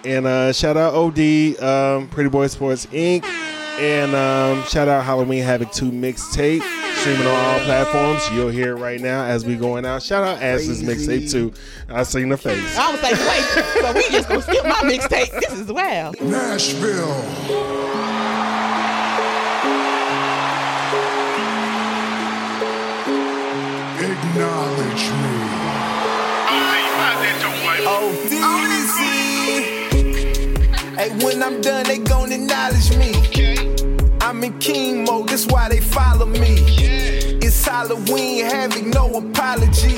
S3: And uh shout out OD, um, Pretty Boy Sports Inc. And um shout out Halloween Havoc 2 mixtape. Streaming on all platforms. You'll hear it right now as we going out. Shout out Asses
S1: Crazy.
S3: mixtape too. I seen the face.
S2: I was like, wait, so we just gonna skip my mixtape. This is wild.
S7: Nashville. Acknowledge me.
S8: ODZ. Hey, when I'm done, they gon' acknowledge me. I'm in king mode, that's why they follow me. It's Halloween, having no apology.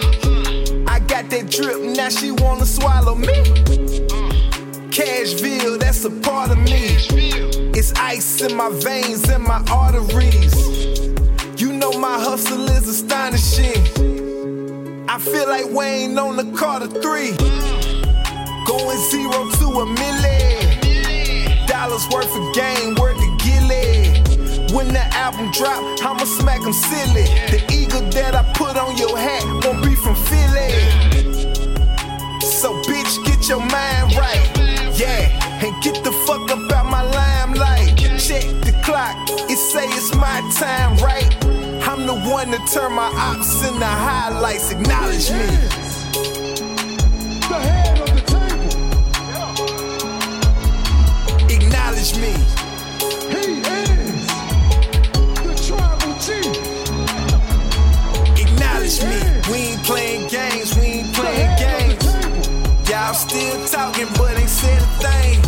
S8: I got that drip, now she wanna swallow me. Cashville, that's a part of me. It's ice in my veins and my arteries. You know my hustle is astonishing. I feel like Wayne on the Carter 3. Going zero to a million. Dollars worth of game, worth the gilly. When the album drop, I'ma smack 'em silly. The eagle that I put on your hat won't be from Philly. So bitch, get your mind right. Yeah, and get the fuck up out my limelight. Check the clock, it say it's my time, right? I'm the one to turn my ops into highlights. Acknowledge me.
S7: The head of the table.
S8: Acknowledge me.
S7: He is the tribal chief.
S8: Acknowledge me. We ain't playing games. We ain't
S7: The
S8: playing
S7: head of the
S8: games.
S7: table.
S8: Y'all still talking, but ain't said a thing.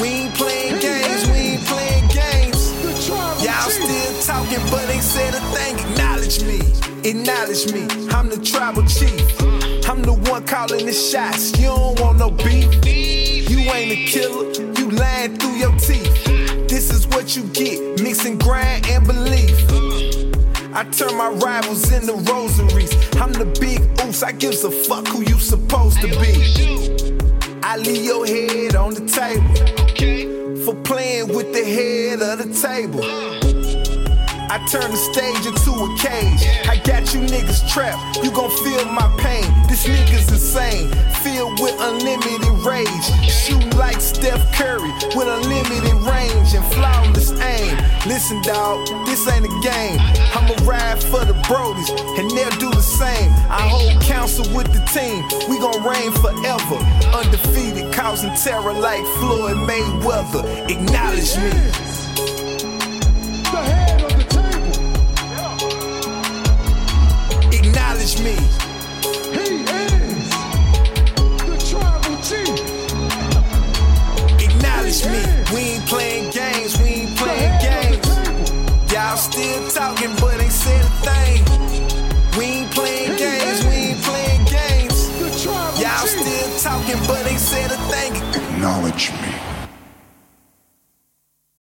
S8: We ain't playing games. We ain't playing games.
S7: The tribal
S8: Y'all
S7: chief.
S8: still talking, but ain't said a thing. Acknowledge me, acknowledge me. I'm the tribal chief. I'm the one calling the shots. You don't want no beef. You ain't a killer. You lying through your teeth. what you get, mixing grind and belief. I turn my rivals into rosaries. I'm the big oops, I gives a fuck who you supposed to be. I leave your head on the table for playing with the head of the table. I turn the stage into a cage. I got you niggas trapped. You gon' feel my pain. This nigga's insane. Filled with unlimited rage. Shoot like Steph Curry with unlimited range and flawless aim. Listen, dawg, this ain't a game. I'ma ride for the Brodies and they'll do the same. I hold counsel with the team. We gon' reign forever. Undefeated, causing terror like Floyd Mayweather. Acknowledge me.
S7: The head of the table.
S8: Acknowledge me.
S7: He is the tribal chief.
S8: Acknowledge me. We ain't playing games. We ain't
S7: The
S8: playing
S7: head of
S8: games.
S7: the table.
S8: Y'all still talking, but ain't said a thing. We ain't playing games. We ain't playing games.
S7: The tribal
S8: Y'all
S7: chief.
S8: still talking, but ain't said a thing.
S7: Acknowledge me.